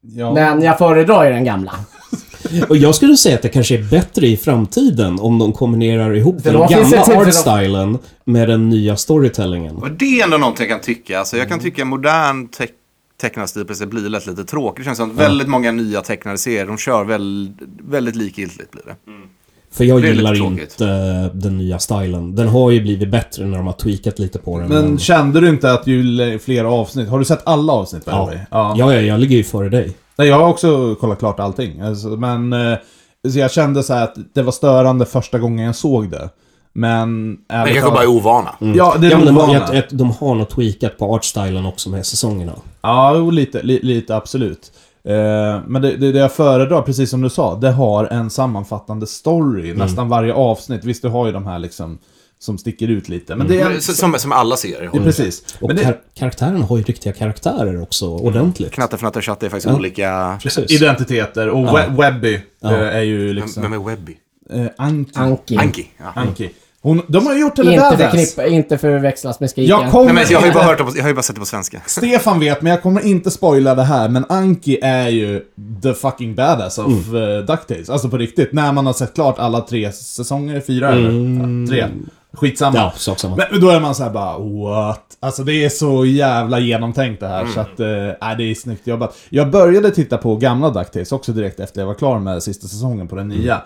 Ja.
Men jag föredrar ju den gamla.
Och jag skulle säga att det kanske är bättre i framtiden om de kombinerar ihop
För
den
då finns det
gamla
tid för
artstylen med den nya storytellingen.
Och det är ändå någonting jag kan tycka. Alltså, jag kan tycka modern te- tecknad stil blir lätt lite tråkig. Det känns som att väldigt många nya tecknade serier, de kör väl, väldigt likgiltigt blir det.
För jag
Det är lite
gillar
tråkigt.
inte eh, den nya stilen. Den har ju blivit bättre när de har tweakat lite på den.
Men kände du inte att ju le- fler avsnitt... Har du sett alla avsnitt? by the
ja.
way?
Ja. ja, jag ligger ju före dig.
Nej, jag har också kollat klart allting. Alltså, men eh, så jag kände så här att det var störande första gången jag såg det. Men...
Men kanske bara är ovana.
Ja, det är
Ja, men de, har,
ovana.
jag, jag, de har nog tweakat på artstylen också med säsongerna.
Ja, jo, lite, li, lite absolut. Eh, men det, det, det jag föredrar, precis som du sa, det har en sammanfattande story.
Mm.
Nästan varje avsnitt. Visst, du har ju de här liksom som sticker ut lite. Men det är...
Mm. Så- Som, som alla serier har.
Precis.
Och
Men det,
kar- karaktärerna har ju riktiga karaktärer också,
Mm.
ordentligt.
Knatte, fnatte, tjatte är faktiskt olika.
Precis.
identiteter och we- Webby eh, är ju liksom...
Vem är Webby?
Eh, Anki.
Anki.
Anki. Ja.
Anki. Hon, de har ju gjort henne
Inte,
badass.
förknippa, inte förväxlas med skriken.
Jag kommer
Nej, men jag
*laughs*
har ju bara, hört det på, jag har ju bara sett det på svenska.
Stefan vet, men jag kommer inte spoila det här, men Anki är ju the fucking badass of eh, DuckTales. Alltså på riktigt, när man har sett klart alla tre säsonger, fyra eller? Ja, tre. Skitsamma.
Ja, sak samma.
Men då är man så här bara what? Alltså det är så jävla genomtänkt det här så att, eh, nej, det är snyggt jobbat. Jag började titta på gamla DuckTales också direkt efter jag var klar med sista säsongen på den
Mm.
nya.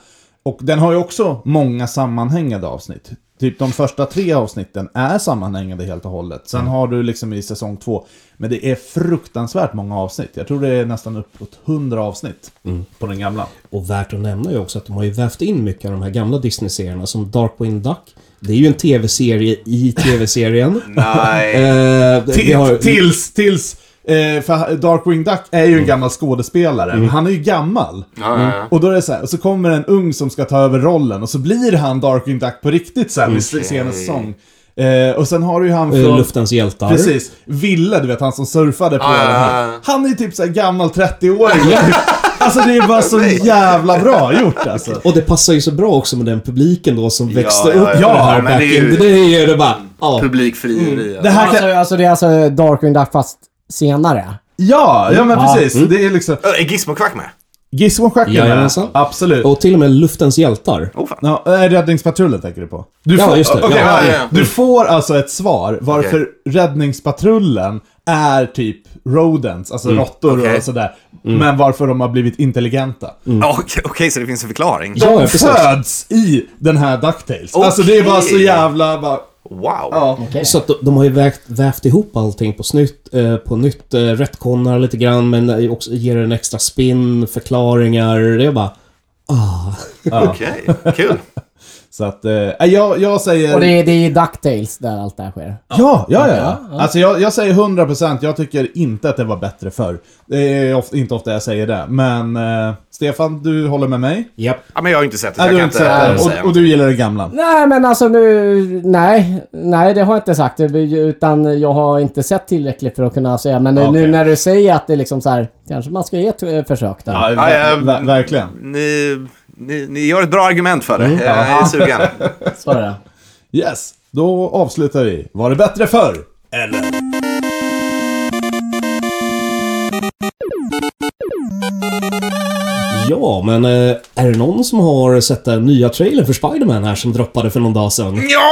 Och den har ju också många sammanhängande avsnitt. Typ de första tre avsnitten är sammanhängande helt och hållet.
Mm.
Sen har du liksom i säsong två. Men det är fruktansvärt många avsnitt. Jag tror det är nästan uppåt 100 avsnitt
Mm.
på den gamla.
Och värt att nämna är ju också att de har ju vävt in mycket av de här gamla Disney-serierna som Darkwing Duck. Det är ju en
*laughs*
tv-serie i tv-serien.
Nej.
Eh, vi har-
Tills, tills Eh, för Darkwing Duck är ju en gammal skådespelare.
Mm.
Han är ju gammal.
Ja, ja, ja.
Och då är det så här, och så kommer en ung som ska ta över rollen och så blir han Darkwing Duck på riktigt sen i senaste säsong. Eh, och sen har du ju han
Eh,
från...
Luftens hjältar.
Precis. Ville, du vet han som surfade på
Ja, ja,
det
ja,
här.
ja.
Han är ju typ såhär gammal
*laughs*
30-åring. typ. alltså det är bara så jävla bra gjort alltså.
Och det passar ju så bra också med den publiken då som växte
ja,
upp
ja,
med det här
men
back
det är ju-
in the day. och Det bara, ja.
Publikfrieri. alltså.
Det här kan...
Alltså, alltså det är alltså Darkwing Duck fast senare.
Ja, ja men
Ja.
precis. Det är liksom...
Ö, Är Gizmo Quack med?
Gizmo Schack är med.
Mm. Jajamensan.
Absolut.
Och till och med Luftens hjältar.
Oh fan.
Ja, eh, Räddningspatrullen tänker du på. Du
Ja,
får,
just det.
okej,
Ja,
ja,
ja, ja.
Du får alltså ett svar varför
Okej.
Räddningspatrullen är typ rodents, alltså råttor
Mm. Okej. Mm.
och sådär. Men varför de har blivit intelligenta.
Ja, Okej, okej, så det finns en förklaring.
Ja, ja,
De
precis.
föds i den här DuckTales. Alltså det är bara så
Okej.
jävla... Bara,
Wow.
ja.
Okej.
Så att de, de har ju vägt, vävt ihop allting på, snytt, eh, på nytt, eh, retconnar lite grann men eh, också ger en extra spin, förklaringar. Det är bara...
Okej, kul.
Så att, eh, jag, jag säger...
Och det är, det är DuckTales där allt det här sker.
Ja, ja, ja. ja. Alltså jag, jag säger 100%, jag tycker inte att det var bättre förr. Det är ofta, inte ofta jag säger det, men eh, Stefan, du håller med mig?
Japp.
Ja, men jag har inte sett det, så
Nej,
jag
du
kan
har
inte
inte sett det.
säga.
Och, och du gillar det gamla?
Nej men alltså nu, nej, nej det har jag inte sagt. Det blir ju- Utan jag har inte sett tillräckligt för att kunna säga. Men nu, nu
Okej.
när du säger att det är liksom så här, kanske man ska ge ett eh, försök där.
Ja,
Ja, ja,
ver- ver- verkligen.
Ni, ni, ni gör ett bra argument för det. Eh, Jag är sugen.
Så är det.
Yes, då avslutar vi. Var det bättre förr?
Ja, men eh, är det någon som har sett den nya trailern för Spider-Man här som droppade för någon dag sedan?
Ja!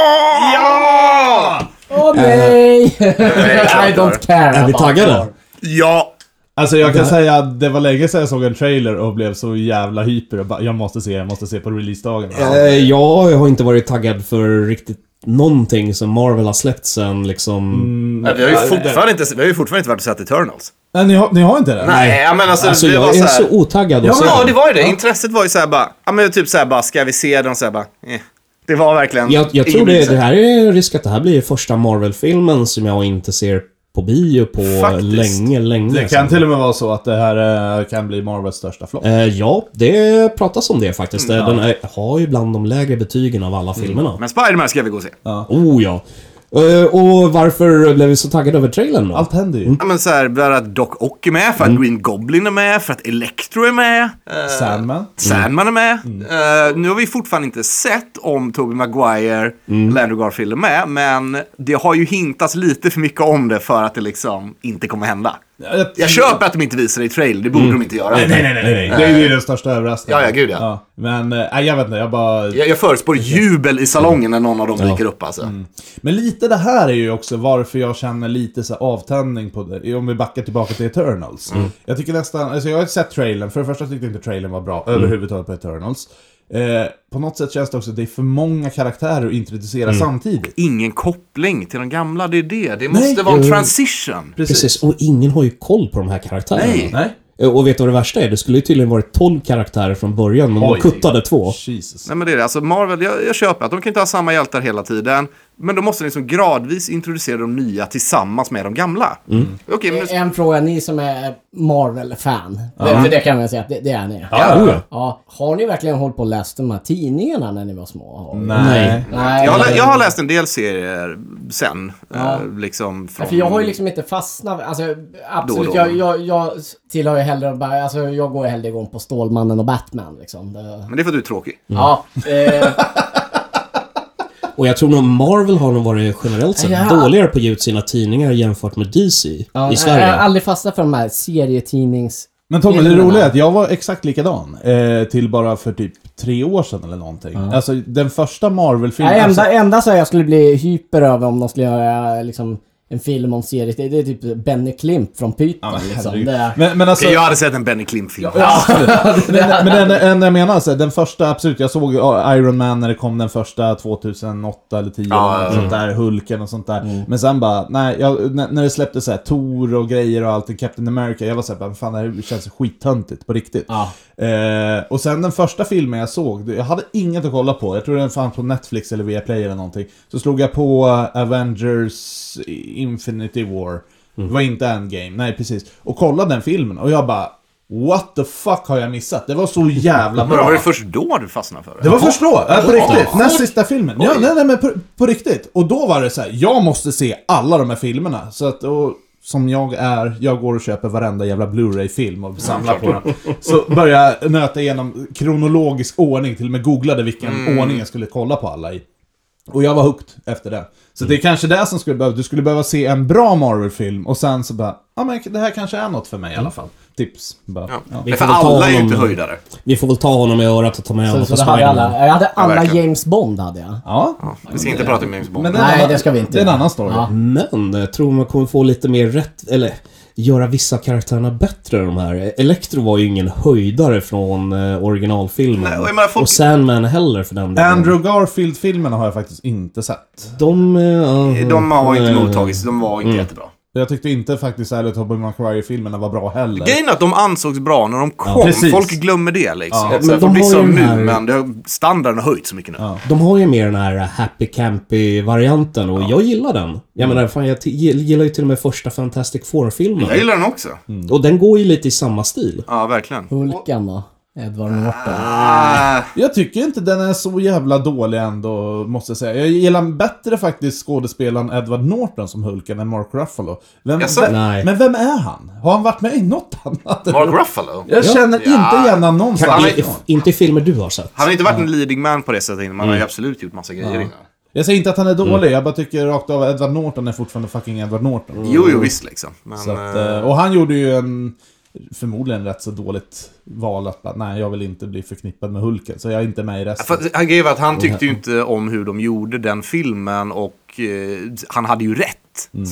Ja!
Åh nej! I don't care.
Är vi
about
taggade?
that.
Ja!
Alltså jag kan säga att det var länge sedan jag såg en trailer och blev så jävla hyper och bara, jag måste se, jag måste se på releasedagen.
Eh, ja, jag har inte varit taggad för riktigt någonting som Marvel har släppt sen liksom...
Nej, vi, har ju fortfarande inte, vi har ju fortfarande inte varit och sett Eternals.
Nej, ni har, ni har inte det?
Nej, ja, men alltså,
Alltså
det var
jag
så
är
här...
så otaggad att se
Ja,
den.
det var ju det. Intresset var ju såhär bara, ja men typ såhär bara, ska vi se den? Och såhär bara, eh. Det var verkligen...
Jag, jag tror
ingen bryr
det,
sig.
det här är risk att det här blir första Marvel-filmen som jag inte ser på bio på
Faktiskt.
länge, länge.
Det kan till och med vara så att det här eh, kan bli Marvels största flopp.
Eh, Liksom. ja, det pratas om det faktiskt. Eh, Den är, har ju bland de lägre betygen av alla filmerna.
Men Spiderman ska vi gå och se.
Oh ja. Eh, och varför blev vi så taggade över trailern då?
Allt händer ju.
Ja men såhär, bara att Doc Ock är med, för att
Mm.
Green Goblin är med, för att Electro är med. Eh,
Sandman.
Sandman är med.
Mm.
Eh, nu har vi fortfarande inte sett om Tobey Maguire
Mm.
eller Andrew Garfield är med, men det har ju hintats lite för mycket om det för att det liksom inte kommer hända. Jag köper att de inte visar det i trail, det borde de inte göra.
Mm. nej, nej, nej. Det är ju den största överraskningen.
Ja, ja, gud, ja.
Men, eh, nej, jag vet inte, jag bara...
Jag, jag förutspår jubel i salongen när någon av dem dyker upp alltså.
Mm. Men lite det här är ju också varför jag känner lite så här avtändning på det. Om vi backar tillbaka till Eternals. Jag tycker nästan, alltså jag har sett trailern, för det första tyckte jag inte trailern var bra överhuvudtaget på Eternals. Eh, på något sätt känns det också att det är för många karaktärer att introducera samtidigt.
Ingen koppling till de gamla, det är det. Det måste
Nej. Mm.
vara en transition.
Precis, och ingen har ju koll på de här karaktärerna.
Nej.
Nej?
Eh, Och vet du vad det värsta är? Det skulle ju tydligen varit 12 karaktärer från början, men de
Oj.
kuttade två.
Jesus.
Nej men det är det, alltså Marvel, jag, jag köper att de kan inte ha samma hjältar hela tiden. Men de måste liksom gradvis introducera de nya tillsammans med de gamla.
Mm.
Okej, men nu...
En fråga, ni som är Marvel-fan. För det kan jag säga att det, det är ni. Ja.
Oh, ja.
Har ni verkligen hållit på och läst de här tidningarna när ni var små?
Nej.
Nej.
jag, har, lä- jag har läst en del serier sen. Eh, liksom från...
eh, Ja, för jag har ju liksom inte fastnat. Alltså, absolut,
Då och då.
Jag, jag, jag tillhör ju hellre bara, alltså, jag går ju hellre igång på Stålmannen och Batman liksom. Det,
Men det är för att du är tråkig.
Ja. Eh,
Och jag tror nog Marvel har nog varit generellt sett
Ja.
dåligare på att ge ut sina tidningar jämfört med DC i Sverige.
Jag har aldrig fastnat för de här serietidnings...
Men Tommy, det
Filmerna.
roliga är att jag var exakt likadan. Eh, till bara för typ tre år sedan eller någonting. Alltså den första Marvel-filmen...
Nej,
alltså-
enda, enda så jag skulle bli hyper över om de skulle göra liksom, en film om seriet, det är typ Benny Klimp från Python. liksom.
Herregud.
det, är-
Men, men alltså...
Okej, Jag hade sett en Benny Klimp-film.
Men, men
*laughs*
den, den jag menar, så här, den första, absolut, jag såg ja, Iron Man när det kom den första 2008 eller 10
Ja, Mm.
eller något sånt där, Hulken och sånt där. Men sen bara, nej, jag, när, när det släpptes så här, Thor och grejer och allting, Captain America, jag var såhär, vad fan det här känns skittöntigt på riktigt. Eh, och sen den första filmen jag såg, det- jag hade inget att kolla på, jag tror den fanns på Netflix eller Viaplay eller någonting. Så slog jag på eh, Avengers Infinity War.
Mm.
Det var inte Endgame, nej precis. Och kollade den filmen och jag bara What the fuck har jag missat? Det var så jävla
Men
bra.
var det först då du fastnade för det?
Det var först då, ja, på riktigt. Näst sista filmen. Ja, nej, nej, men på, på riktigt. Och då var det så här, jag måste se alla de här filmerna. Så att, och, som jag är, jag går och köper varenda jävla Blu-ray-film och samlar på dem. Så började jag nöta igenom kronologisk ordning, till och med googlade vilken
Mm.
ordning jag skulle kolla på alla i. Och jag var hooked efter det. Så
Mm.
det är kanske det som skulle behövas. Du skulle behöva se en bra Marvel-film och sen så bara, ja men det här kanske är något för mig i alla fall. Tips. Bara,
Mm. Ja.
ja.
Men
får
för
väl ta
alla är ju
honom-
inte höjdare.
Vi får väl ta honom i örat och ta med honom
Så,
på
så det hade jag,
Spiderman.
alla, jag hade alla
verkligen.
James Bond hade jag.
Ja.
Vi ska inte prata om James Bond.
Men
Nej,
en annan-
det ska vi inte
Det är en
göra.
annan story.
Ja.
Men eh, tror man kommer få lite mer rätt, eller göra vissa karaktärerna bättre än de här. Electro var ju ingen höjdare från eh, originalfilmen.
Nej, och jag menar, folk-
Och Sandman heller för den delen.
Andrew Garfield-filmerna har jag faktiskt inte sett.
De... eh, ja,
De har inte
eh,
mottagits, de var inte jättebra.
Jag tyckte inte faktiskt ärligt Tobey Maguire-filmerna var bra heller.
Grejen är att de ansågs bra när de kom.
precis.
Folk glömmer det liksom.
Ja,
så
men
de
de
blir
har
som
ju den
nu,
här-
men det har, standarden har höjts så mycket nu.
Ja.
De har ju mer den här eh, happy campy varianten och jag gillar den. Jag menar, fan, jag t- gillar ju till och med första Fantastic Four-filmen.
Jag gillar den också.
Mm.
Och den går ju lite i samma stil.
Ja, verkligen.
Hulken då? Edward Norton.
Ah,
Jag tycker inte den är så jävla dålig ändå, måste jag säga. Jag gillar bättre faktiskt skådespelaren Edward Norton som Hulken än Mark Ruffalo. Vem,
Jaså?
vem,
Nej.
men vem är han? Har han varit med i något annat?
Mark *laughs* Ruffalo?
Jag känner inte igen honom
Kan-
någonstans.
han
I,
är-
inte i filmer du har sett.
Han har inte varit en leading man på det sättet innan. Man
Mm.
har ju absolut gjort massa grejer innan.
Jag säger inte att han
Mm.
är dålig, jag bara tycker rakt av att Edward Norton är fortfarande fucking Edward Norton.
Jo, jo, visst liksom. Men,
Så att,
eh,
eh, och han gjorde ju en förmodligen rätt så dåligt val att bara, nej jag vill inte bli förknippad med Hulken, så jag är inte med i resten.
För han grejen var att han tyckte ju inte om hur de gjorde den filmen och eh, han hade ju rätt.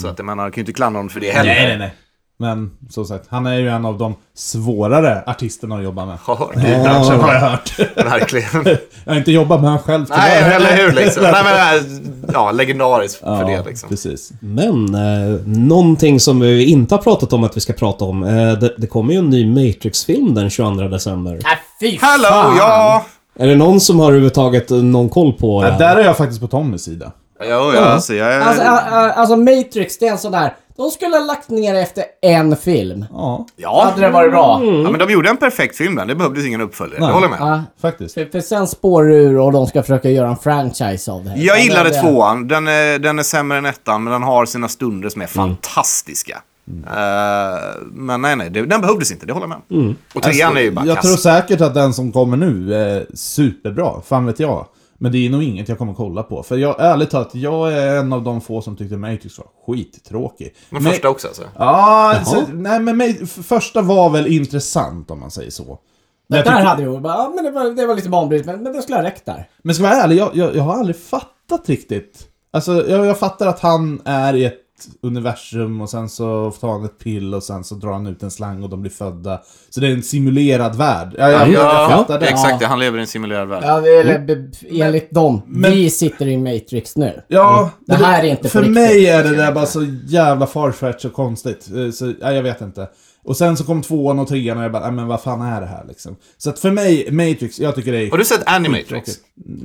Så att jag menar, jag kan ju inte klandra honom för det heller.
Mm. Nej, nej, nej. Men som sagt, han är ju en av de svårare artisterna att jobba med.
Har hört det i
Kanske
branschen,
har jag hört. *laughs*
verkligen.
jag har inte jobbat med honom själv
Nej, eller hur liksom. Nej, men, eh, ja, legendariskt
*laughs*
för
Ja,
det liksom.
precis.
Men eh, någonting som vi inte har pratat om att vi ska prata om. Eh, det, det kommer ju en ny Matrix-film den 22 december.
Nej fy
Hallå, ja!
Är det någon som har överhuvudtaget eh, någon koll på eh, det?
Ja, där är jag faktiskt på Tommys sida.
Ja, ja, alltså, jag,
Alltså, a- a- alltså Matrix, det är en sån där... De skulle ha lagt ner efter en film. Mm.
Ja,
ja.
Hade det varit bra?
ja, men de gjorde en perfekt film där. Det behövdes ingen uppföljare. Det håller jag med.
Ja,
faktiskt.
för, för sen spårar det ur och de ska försöka göra en franchise av det. här.
Jag
Ja,
gillade
det-
tvåan. Den är, den är sämre än ettan, men den har sina stunder som är
Mm.
fantastiska. Eh, men nej, nej, det, den behövdes inte. Det håller jag med om. Och trean är ju bara
Mm. Alltså, Jag
kass.
tror säkert att den som kommer nu är superbra, fan vet jag. Men det är nog inget jag kommer kolla på. För jag, ärligt talat, jag är en av de få som tyckte Matrix var skittråkig.
Den
Ma-
första också alltså.
Ja, så, nej men Ma- f- första var väl intressant om man säger så. Men
Det
jag
där
tycker-
hade jag bara, ja, men det var, det var lite banbrytande, men, men det skulle ha räckt där.
Men ska jag vara ärlig, jag, jag, jag har aldrig fattat riktigt. Alltså, jag, jag fattar att han är i ett universum och sen så tar han ett pill och sen så drar han ut en slang och de blir födda. Så det är en simulerad värld. Ja, jag, jag fattar
det är
det.
exakt det. Han lever i en simulerad värld.
Ja, det- eller be- Mm. enligt dem. vi sitter i Matrix nu.
Mm.
Ja,
Det här är inte på
För
riktigt.
mig är det där bara så jävla farfetch och konstigt. Eh, Så, ja, jag vet inte. Och sen så kom tvåan och trean och jag bara, "Nej, men vad fan är det här liksom? Så att för mig, Matrix, jag tycker det är...
Har du sett Animatrix?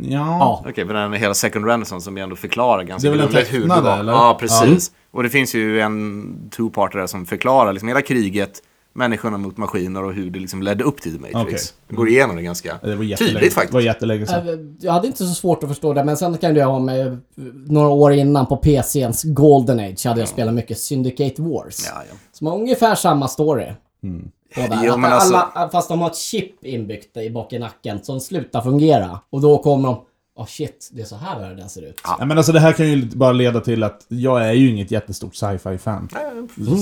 Ja.
Okej, för den hela Second Renaissance som ju ändå förklarar ganska
Det är väl
grundligt
den
hur
tecknade,
var.
eller?
Ja, precis. Och det finns ju en two-parter där som förklarar liksom hela kriget, människorna mot maskiner och hur det liksom ledde upp till Matrix.
Okej.
Det går igenom det ganska
Det var jättelänge-
tydligt
Det var
faktiskt.
jättelänge sedan.
Eh, Jag hade inte så svårt att förstå det, men sen kan du ha med eh, några år innan på PCns Golden Age hade jag spelat mycket Syndicate Wars.
Mm. Ja, ja.
Som har ungefär samma story. Båda.
Mm. Jo,
Att
men alltså-
alla, fast de har ett chip inbyggt i bak i nacken som slutar fungera. Och då kommer de... Åh shit, det är så här världen ser ut.
Ja, men alltså det här kan ju bara leda till att jag är ju inget jättestort sci-fi-fan.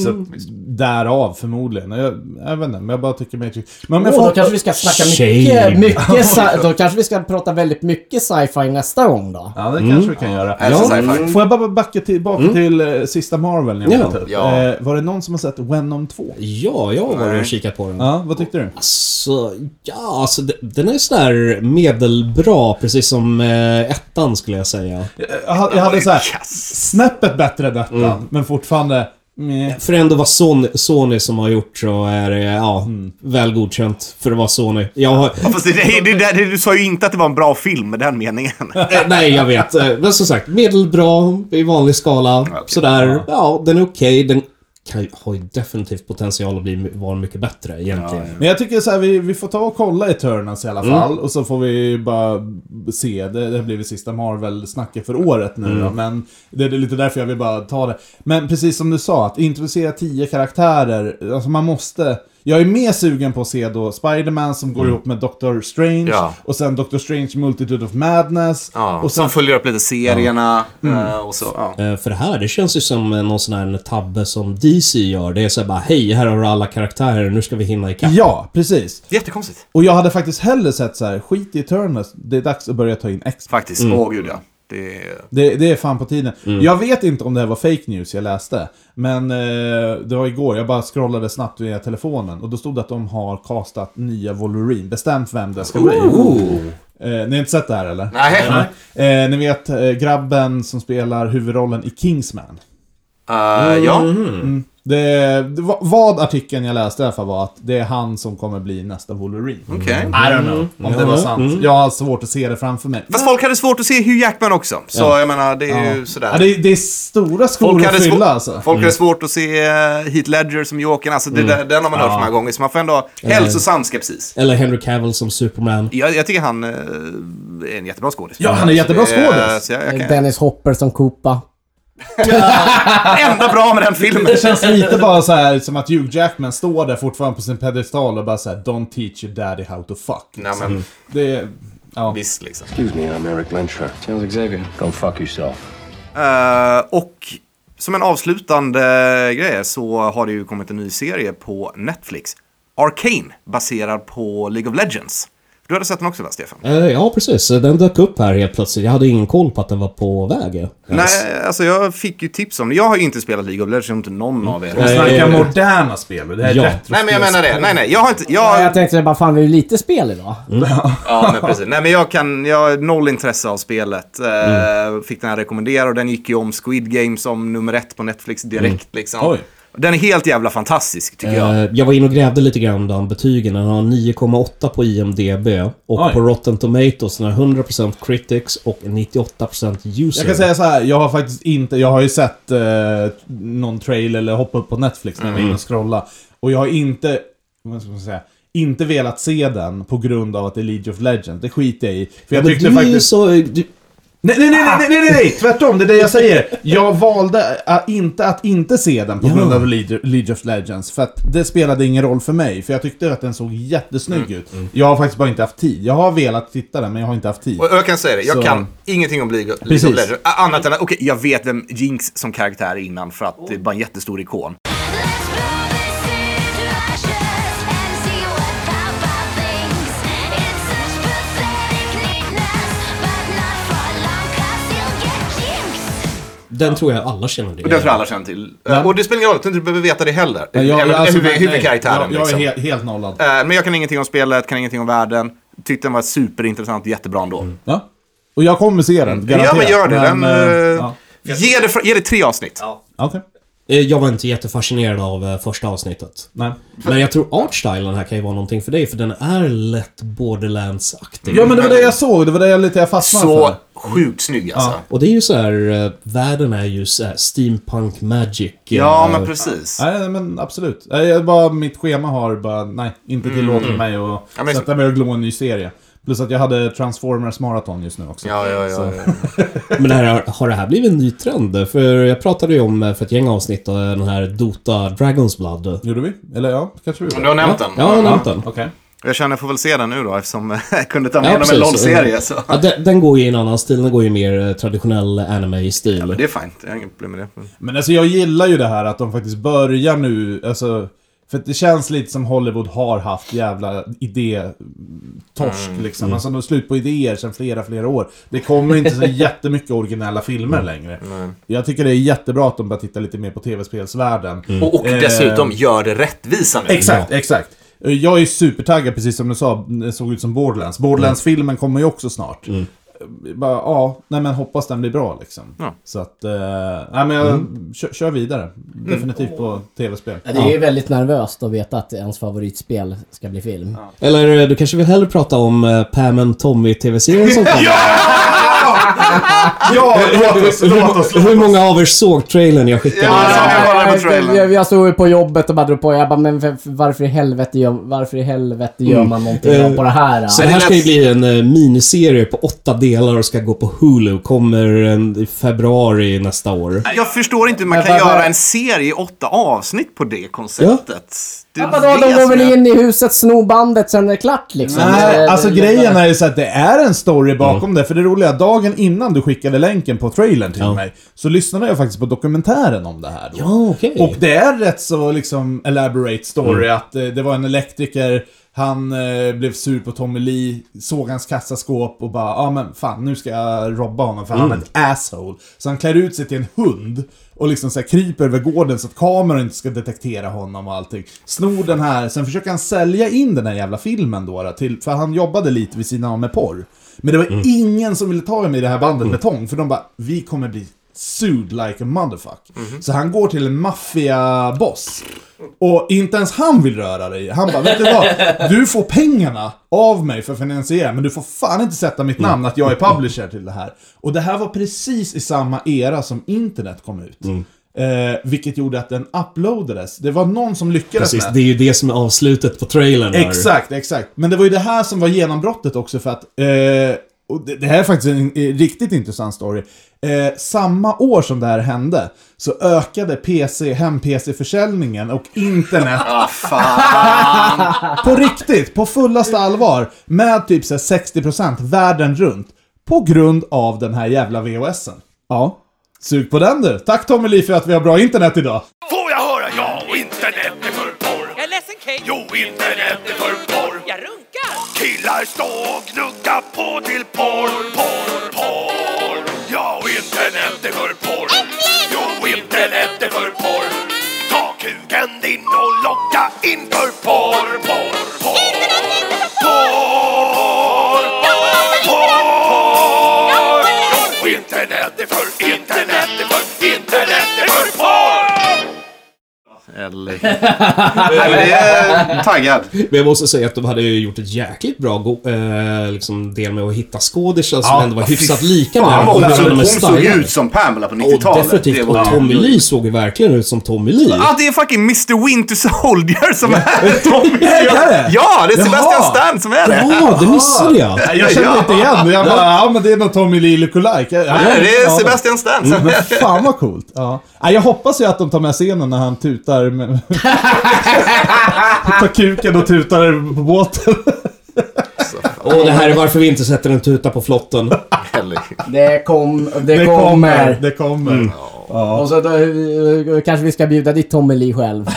Så
Mm.
att, därav förmodligen. Jag, jag vet inte, men jag bara tycker Matrix... Men om jag
Åh,
får
Oh, då kanske vi ska snacka
Shame.
*laughs*
mycket, mycket sci- Då kanske vi ska prata väldigt mycket sci-fi nästa gång då.
Ja, det kanske vi kan göra.
Älskar sci-fi.
Mm. Får jag bara backa tillbaka till eh, sista Marvel när jag
Ja.
var typ.
Ja.
Eh, var det någon som har sett Venom 2?
Ja, jag har varit
Nej.
och kikat på den.
Ja, vad tyckte du?
Alltså, ja, alltså de- den är sådär medelbra, precis som eh, ettan skulle jag säga.
Jag, ha- jag hade så här,
Yes.
snäppet bättre än ettan, men fortfarande... meh.
För ändå var Sony, Sony som har gjort så är det, ja,
Mm.
väl godkänt för att vara Sony. Jag har,
Ja, Fast det, det, det, det, du sa ju inte att det var en bra film med den meningen.
eh, nej, jag vet. Eh, Men som sagt, medelbra i vanlig skala.
okej.
Sådär, ja, den är okej. Den kan, ju- har ju definitivt potential att bli, vara mycket bättre egentligen.
Men jag tycker så här, vi, vi får ta och kolla Eternals i alla fall. Och så får vi bara se. Det, det här blir det sista Marvel-snacket för året nu då, Men det är lite därför jag vill bara ta det. Men precis som du sa, att introducera tio karaktärer. Alltså man måste... Jag är mer sugen på att se då Spider-Man som går ihop med Doctor Strange.
Ja.
Och sen Doctor Strange Multitude of Madness.
Ja,
och
och
sen
som följer upp lite serierna eh, och så. Ja.
Eh, För det här, det känns ju som eh, någon sån här tabbe som DC gör. Det är så här bara, hej, här har du alla karaktärer, nu ska vi hinna ikapp.
Ja, precis.
Jättekonstigt.
Och jag hade faktiskt hellre sett så här, skit i Eternals, det är dags att börja ta in x
Faktiskt. Åh gud ja. Det är...
Det, det är fan på tiden.
Mm.
Jag vet inte om det här var fake news jag läste. Men eh, det var igår, jag bara scrollade snabbt via telefonen. Och då stod det att de har castat nya Wolverine. Bestämt vem det ska bli. Eh, ni har inte sett det här eller?
Nej.
Nej. Eh, ni vet eh, grabben som spelar huvudrollen i Kingsman.
Eh, ja.
Mm-hmm. Det, det, va- vad artikeln jag läste i alla fall var att det är han som kommer bli nästa Wolverine.
Okej. Mm.
I don't know om det var sant. Jag har svårt att se det framför mig.
Fast folk hade svårt att se Hugh Jackman också. Så jag menar, det är ju sådär.
Ja, det, är- det är stora skor
Folk
att
hade,
fylla
svå-
alltså. Mm.
folk hade svårt att se eh, Heath Ledger som Jokern. Alltså, det, där- den har man hört så många gånger, så man får ändå ha hälsosam skepsis.
Eller Henry Cavill som Superman.
Jag, jag tycker han eh, är en jättebra skådis.
Ja, han är jättebra
Så det-
skådis.
så jag- jag kan-
Dennis Hopper som Koopa.
Det enda bra med den filmen.
Det känns lite bara så här som att Hugh Jackman står där fortfarande på sin pedestal och bara så här “Don't teach your daddy how to fuck”.
Nej, men
Det är... Ja.
visst liksom.
Excuse me, I'm Eric Lenscher. Sounds Xavier. Go fuck yourself.
Eh, och som en avslutande grej så har det ju kommit en ny serie på Netflix. Arcane, baserad på League of Legends. Du hade sett den också va, Stefan?
Eh, Ja, precis. Den dök upp här helt plötsligt. Jag hade ingen koll på att den var på väg. ens.
Nej, alltså jag fick ju tips om det. Jag har ju inte spelat League of Legends, jag tror inte någon av er.
Nej.
Snacka moderna spel, det här är
Ja.
retro.
Nej, men jag menar det. Nej, nej, jag har inte...
Ja,
Jag,
jag tänkte bara, fan vi har ju lite spel idag.
Mm.
Mm.
Ja, men precis. Nej, men jag, kan, jag har noll intresse av spelet. Eh, Fick den här rekommenderad och den gick ju om Squid Game som nummer ett på Netflix direkt. Liksom.
Oj.
Den är helt jävla fantastisk tycker jag.
Eh, Jag var inne och grävde lite grann bland betygen. Den har 9,8 på IMDB och
Oj.
på Rotten Tomatoes den har 100% critics och 98% user.
Jag kan säga så här, jag har faktiskt inte... Jag har ju sett eh, någon trailer eller hoppa upp på Netflix när jag var inne och scrolla. Och jag har inte... Vad ska man säga? Inte velat se den på grund av att det är League of Legends. Det skiter jag i. För jag
Men
tyckte
du är ju
faktiskt...
så... Du,
Nej, nej, nej, nej, nej, nej, nej, *laughs* tvärtom, det är det jag säger. Jag valde att inte att inte se den på grund av League League of Legends, för att det spelade ingen roll för mig, för jag tyckte att den såg jättesnygg
Mm.
ut. Jag har faktiskt bara inte haft tid. Jag har velat titta den, men jag har inte haft tid.
Och jag kan säga det, jag
Så-
kan ingenting om League, League
Precis.
of Legends. Ä- Annat än att okej, jag vet vem Jinx som karaktär är innan för att det är bara en jättestor ikon.
Let's blow this into ashes and see what Papa thinks. It's such pathetic neatness, but not for long, cause you'll get jinxed.
den tror jag alla känner
Och det tror
det.
jag alla känner till. Eh, Och det spelar ingen roll, jag tror inte du behöver veta det heller.
Men jag-
Även
alltså,
huvud-
nej,
Huvudkaraktären
Jag, jag är
liksom.
helt, helt nollad.
Eh, Men jag kan ingenting om spelet, kan ingenting om världen. Tyckte den var superintressant och jättebra ändå.
Ja. Och jag kommer se den,
Mm. Ja,
Mm. garanterat.
men gör det. Den,
eh,
eh,
ja.
ge, det fr- ge det tre avsnitt.
Okej.
Eh, Jag var inte jättefascinerad av eh, första avsnittet.
Nej.
Mm.
Men jag tror artstylen här kan ju vara någonting för dig, för den är lätt borderlands-aktig.
Ja, men det var det jag såg. Det var det jag lite jag fastnade
Så
för.
sjukt snygg alltså.
Och det är ju så här, eh, världen är ju så här steampunk magic. eh,
Ja, men precis.
Nej, nej, men absolut. Nej, jag bara, mitt schema har bara, nej, inte tillåter mig att
Mm. Ja, men-
sätta mig och glo en ny serie. Plus att jag hade Transformers Marathon just nu också.
Ja, ja, ja. ja.
Men det här, har det här blivit en ny trend? För jag pratade ju om eh, för ett gäng avsnitt eh, den här Dota Dragons Blood.
Gjorde vi? Eller ja, kanske vi
Du har nämnt den.
Ja, jag har nämnt den.
Okej.
Jag känner jag får väl se den nu då eftersom *laughs* jag kunde ta mig
Ja,
igenom en
precis.
lång serie. Så.
Ja, den, den går ju i en annan stil, den går ju mer eh, traditionell anime-stil.
Det är fint, jag har inget problem med det. Men-
Men alltså jag gillar ju det här att de faktiskt börjar nu, alltså... För att det känns lite som Hollywood har haft jävla idétorsk
Mm.
liksom. Alltså de har slut på idéer sedan flera, flera år. Det kommer inte så
*laughs*
jättemycket originella filmer
Mm.
längre. Jag tycker det är jättebra att de bara tittar lite mer på tv-spelsvärlden.
Mm. Och, och
Eh,
dessutom gör det rättvisa nu.
Exakt, exakt. Eh, Jag är supertaggad, precis som du sa, det såg ut som Borderlands.
Mm.
Borderlands-filmen kommer ju också snart. Eh, Bara, ja, nej men hoppas den blir bra liksom.
Ja.
Så att, eh, nej men jag
Mm.
kör, kör vidare. Definitivt på tv-spel.
Det är ju väldigt nervöst att veta att ens favoritspel ska bli film.
*laughs*
Eller eh, du kanske vill hellre prata om eh, Pam and Tommy TV-serien som kommer?
Ja, låt oss, låt oss.
Hur många av er såg trailern jag skickade?
Ja,
Ja,
jag kollade på
jag-
trailern.
jag, jag stod ju på jobbet och bara drog på. Jag bara, men för, för- varför i helvete gör, varför i helvete gör man någonting
Eh,
på det här? då?
Så det här ska ju bli en eh, miniserie på åtta delar och ska gå på Hulu. Kommer eh, i februari nästa år.
Jag förstår inte hur man
Men
kan
vad-
göra
vad-
en serie i åtta avsnitt på det konceptet. Det
Ja, vadå, de
det
går
som
väl
jag-
in i huset, snor bandet, sen är det klart liksom.
Nej,
Eh,
alltså
det-
grejen är ju så att det är en
Mm.
story bakom det. För det roliga, dagen innan du skickade länken på trailern till mig, så lyssnade jag faktiskt på dokumentären om det här. Då.
Ja, okej.
Och det är rätt så liksom elaborate story att eh, det var en elektriker, han eh, blev sur på Tommy Lee, såg hans kassaskåp och bara ja ah, men fan nu ska jag robba honom för han är ett asshole. Så han klär ut sig till en hund och liksom så här kryper över gården så att kameran inte ska detektera honom och allting. Snor den här, sen försöker han sälja in den här jävla filmen då, då till, för han jobbade lite vid sidan av med porr. Men det var ingen som ville ta mig i det här bandet med tång, för de bara vi kommer bli sued like a motherfuck. Så han går till en maffiaboss. Och inte ens han vill röra dig. Han bara, vet du vad? Du får pengarna av mig för att finansiera, men du får fan inte sätta mitt namn att jag är publisher till det här. Och det här var precis i samma era som internet kom ut. Eh, vilket gjorde att den uploadades. Det var någon som lyckades
Precis,
med
det är ju det som är avslutet på trailern här.
Exakt, exakt. Men det var ju det här som var genombrottet också för att... Eh, och det, det här är faktiskt en, eh, riktigt intressant story. Eh, samma år som det här hände så ökade PC, hem-PC-försäljningen och internet
*laughs* Ah, fan.
på riktigt, på fullaste allvar, med typ så här 60% världen runt. På grund av den här jävla VHSen. Ja. Sug på den du. Tack Tommy Lee för att vi har bra internet idag.
Får jag höra? Ja, internet är för porr. Jag är ledsen Kate. Jo, internet är för porr. Jag runkar. Killar stå och gnugga på till porr, porr, porr. Ja, internet är för porr. Jo, internet är för porr. Ta kuken din och locka in för porr, porr, porr. Internet är inte för porr. Porr, porr. Jo, internet är för, internet är för, internet är för porr.
Eller... Nej, men det är taggad.
Men jag måste säga att de hade ju gjort ett jäkligt bra go- eh, liksom del med att hitta skådisar som ändå var hyfsat lika med
Fan, hon,
varandra,
såg,
men
hon såg
stylade.
ut som Pamela på
Och
90-talet.
definitivt,
var-
och Tommy Lee såg ju verkligen ut som Tommy Lee.
Ja, det är fucking Mr. Winter Soldier som är *laughs* Tommy Lee.
Är det?
Ja, det
Jaha.
är Sebastian Stan som är det.
Ja, det missade jag!
Jag kände inte igen det. Jag bara, ja men det är nog Tommy Lee lookalike. Ja,
Nej, Det är
ja.
Sebastian Stan
Mm.
som är
Men fan vad coolt. Ja. Nej, Jag hoppas ju att de tar med scenen när han tutar med... *laughs* tar kuken och tutar på båten.
Och det här är varför vi inte sätter en tuta på flotten.
Det, kom, det, kommer.
Det kommer.
Och så då, eh, kanske vi ska bjuda dit Tommy Lee själv.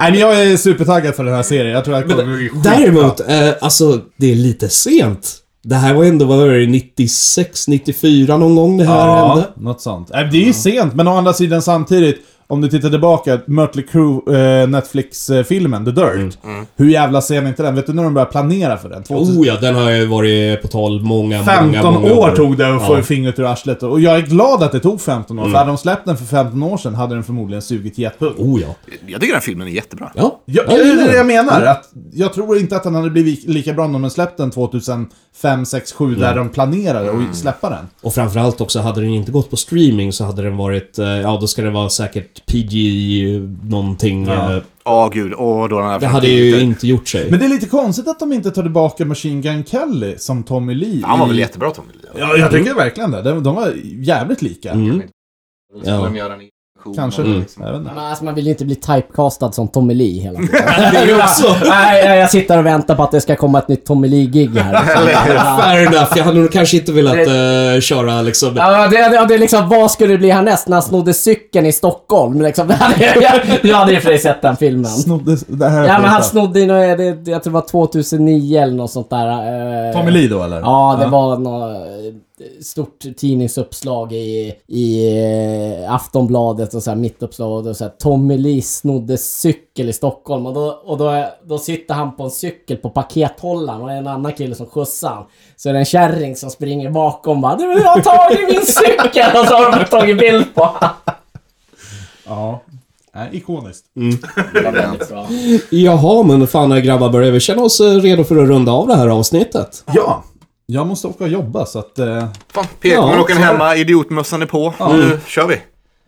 Nej, men jag är supertaggad för den här serien. Jag tror att det kommer bli skitbra.
Däremot, eh, alltså det är lite sent. Det här var ändå, vad var det, 96, 94 någon gång det här
Ja,
hände.
något sånt. Nej, Det är ju sent, men å andra sidan samtidigt, om du tittar tillbaka, Mötley Crüe, eh, Netflix-filmen The Dirt. Hur jävla sen är inte den? Vet du när de började planera för den? 2000
Oh ja, den har ju varit på tal många, många,
15
många
år tog det att få
Ja.
fingret ur arslet. Och jag är glad att det tog 15 år, för hade de släppt den för 15 år sedan hade den förmodligen sugit jättehugg.
Oh Mm. ja.
*laughs* Jag tycker den här filmen är jättebra.
Ja,
Ja, det
jag gillar
är det
den.
jag menar. Att jag tror inte att den hade blivit lika bra om de hade släppt den 2005, 6, 7 där de planerade att släppa den.
Och framförallt också, hade den inte gått på streaming så hade den varit, eh, ja då ska det vara säkert PG någonting. eh,
Åh gud, åh då den här
Det hade ju inte gjort sig.
Men det är lite konstigt att de inte tar tillbaka Machine Gun Kelly som Tommy Lee.
Han var väl
i-
jättebra Tommy Lee?
Ja, jag tycker verkligen det. De, de var jävligt lika.
ja.
Kanske.
Mm.
Jag vet inte.
Men alltså, man vill ju inte bli typecastad som Tommy Lee hela tiden.
Det
*laughs*
är också...
Nej, jag- jag sitter och väntar på att det ska komma ett nytt Tommy Lee-gig här.
*laughs* Fair enough. Jag hade nog kanske inte velat eh, köra liksom...
*laughs* Ja, det, det, det är liksom, vad skulle det bli härnäst när han snodde cykeln i Stockholm? Liksom, *laughs* det hade, jag, jag hade ju för sig sett den filmen.
Snodde... Det här
Ja men han
skiten.
snodde ju nå- det, det, jag tror det var 2009 eller något sånt där. eh,
Tommy Lee då eller?
Ja, det var något stort tidningsuppslag i, i eh, Aftonbladet och så här mittuppslag och så här, Tommy Lee snodde cykel i Stockholm och, då, och då, då sitter han på en cykel på pakethållaren och det är en annan kille som skjutsar han. Så är det en kärring som springer bakom bara Du har tagit min cykel! Och så har de tagit bild på honom.
Ja. Nej, ikoniskt.
Jaha, men fan grabbar, börjar vi känna oss eh, redo för att runda av det här avsnittet?
Ja. Jag måste åka och jobba så att... Eh,
Fan, PK-klockan hemma, idiotmössan är på. Nu kör vi.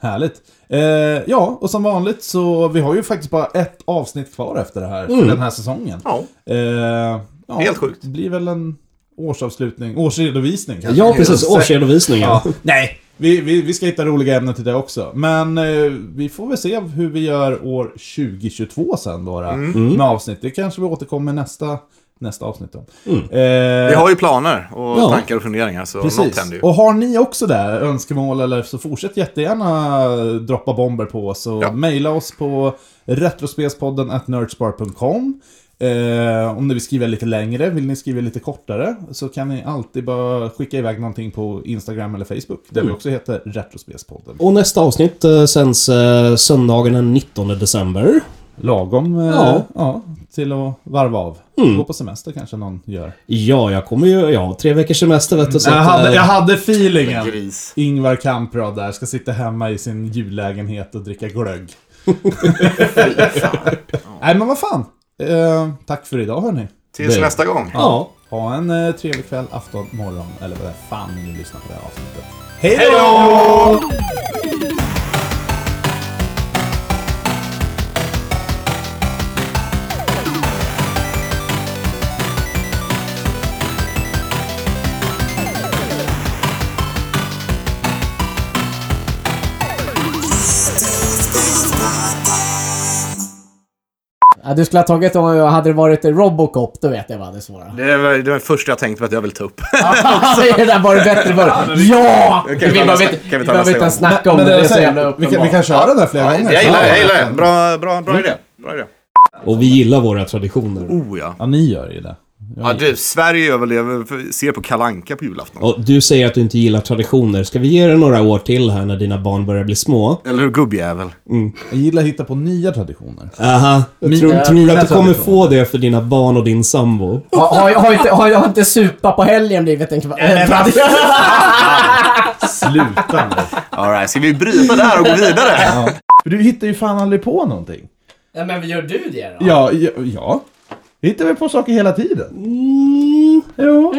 härligt. Eh, ja, och som vanligt så vi har ju faktiskt bara ett avsnitt kvar efter det här. För den här säsongen.
Mm. Ja.
Eh, ja,
Helt sjukt.
Det blir väl en årsavslutning, årsredovisning kanske.
Ja, precis. Årsredovisningen.
Ja, nej, vi, vi, vi ska hitta roliga ämnen till det också. Men eh, vi får väl se hur vi gör år 2022 sen bara.
Mm.
Med avsnitt. Det kanske vi återkommer nästa, nästa avsnitt då. Eh,
Mm. Vi har ju planer och
Ja.
tankar och funderingar så något
Precis.
händer ju.
Och har ni också där önskemål eller så fortsätt jättegärna droppa bomber på oss och
Ja.
mejla oss på retrospelspodden at nerdspar.com. Eh, om ni vill skriva lite längre, vill ni skriva lite kortare, så kan ni alltid bara skicka iväg någonting på Instagram eller Facebook, där
Mm.
vi också heter Retrospelspodden.
Och nästa avsnitt eh, sänds eh, söndagen den 19 december.
Lagom eh, ja.
Ja.
till att varva av.
Mm.
Gå på semester kanske någon gör.
Ja, jag kommer ju... Ja, tre veckors semester vet du. Så
Jag
att,
hade,
eh,
jag hade feelingen.
Gris.
Ingvar Kamprad där ska sitta hemma i sin jullägenhet och dricka
*laughs*
glögg. Nej men vad fan. Eh, tack för idag hörni.
Tills nästa gång.
Ja.
Ha en eh, trevlig kväll, afton, morgon eller vad det är fan ni lyssnar på det här avsnittet.
*laughs* Ja, du skulle ha tagit om hade det varit Robocop, då vet jag vad hade svarat.
Det var det var det första jag tänkte på att jag vill ta upp.
*laughs* det där var det bättre i början. Ja!
Kan vi ta
Vi behöver
nästa-
inte-
kan vi ta nästa
vi behöver inte ens
gång?
snacka om det,
Men
det är
jag
så
säger,
jävla
vi, kan, vi
uppenbart.
kan köra den där flera gånger.
*laughs* Jag gillar det, jag gillar det. Bra, bra, bra idé. Bra idé.
Och vi gillar våra traditioner.
Oh ja.
Ja, ni gör ju det.
ja du, Sverige överlever, för- ser på Kalanka på julafton.
Och du säger att du inte gillar traditioner. Ska vi ge det några år till här när dina barn börjar bli små?
Eller hur gubbjävel?
Jag gillar att hitta på nya traditioner.
Aha.
Mina
Tror, tror du att du kommer
traditioner.
få det för dina barn och din sambo?
Har, har, har, inte, har, har inte supa på helgen blivit en kvart?
Sluta nu.
Alright, ska vi bryta där och gå vidare? *laughs*
För du hittar ju fan aldrig på någonting.
Nej men gör du det då?
Ja, ja. ja. Vi hittar väl på saker hela tiden.
Mm,
Jo.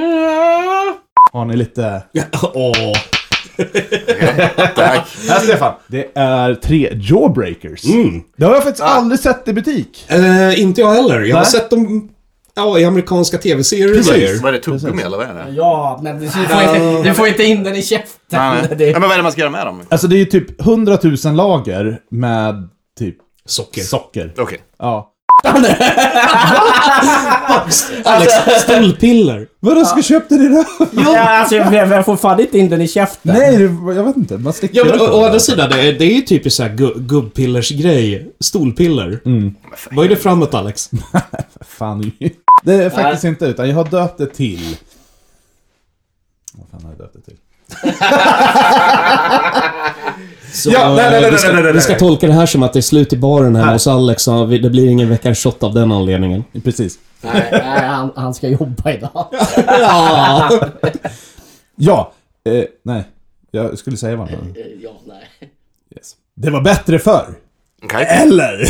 Har ni lite...
Åh.
Tack.
Ja, Stefan. Det är tre jawbreakers.
Mm.
Det har jag
Ah.
faktiskt aldrig sett i butik.
Eh, inte jag heller. Jag har
Nej.
sett dem ja, i amerikanska tv-serier. och grejer.
Vad är det, tuggummi eller vad är det?
Ja, men du får, inte, du får inte in den i käften.
Nej, nej.
Det-
Ja, men vad är det man ska göra med dem?
Alltså det är ju typ 100 000 lager med typ
Socker.
socker.
Okej.
Ja.
Alex, stöldpiller.
Vadå, ska jag köpa det där? *laughs*
Ja, alltså, jag, jag får fan inte in den i käften.
Nej, det, jag vet inte. Man sticker
Ja, men,
upp
å,
det.
å andra sidan, det är, det är ju typiskt såhär gu, gubbpillersgrej. Stolpiller.
Mm.
Vad är det framåt, Alex?
Fan. Det är faktiskt inte utan jag har döpt det till... Vad fan har jag döpt det till?
Så,
Ja, nej, nej, nej,
eh,
nej,
vi, ska,
nej, nej,
vi ska
nej.
tolka det här som att det är slut i baren här hos Alex. Så vi, det blir ingen veckans shot av den anledningen.
Precis.
Nej, nej, han, han ska jobba idag.
Ja.
Ja! Eh, nej. Jag skulle säga vad den var.
Ja, nej.
yes. Det var bättre förr.
Okej.
Eller?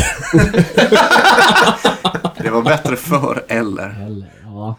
Det var bättre för eller.
Eller, ja.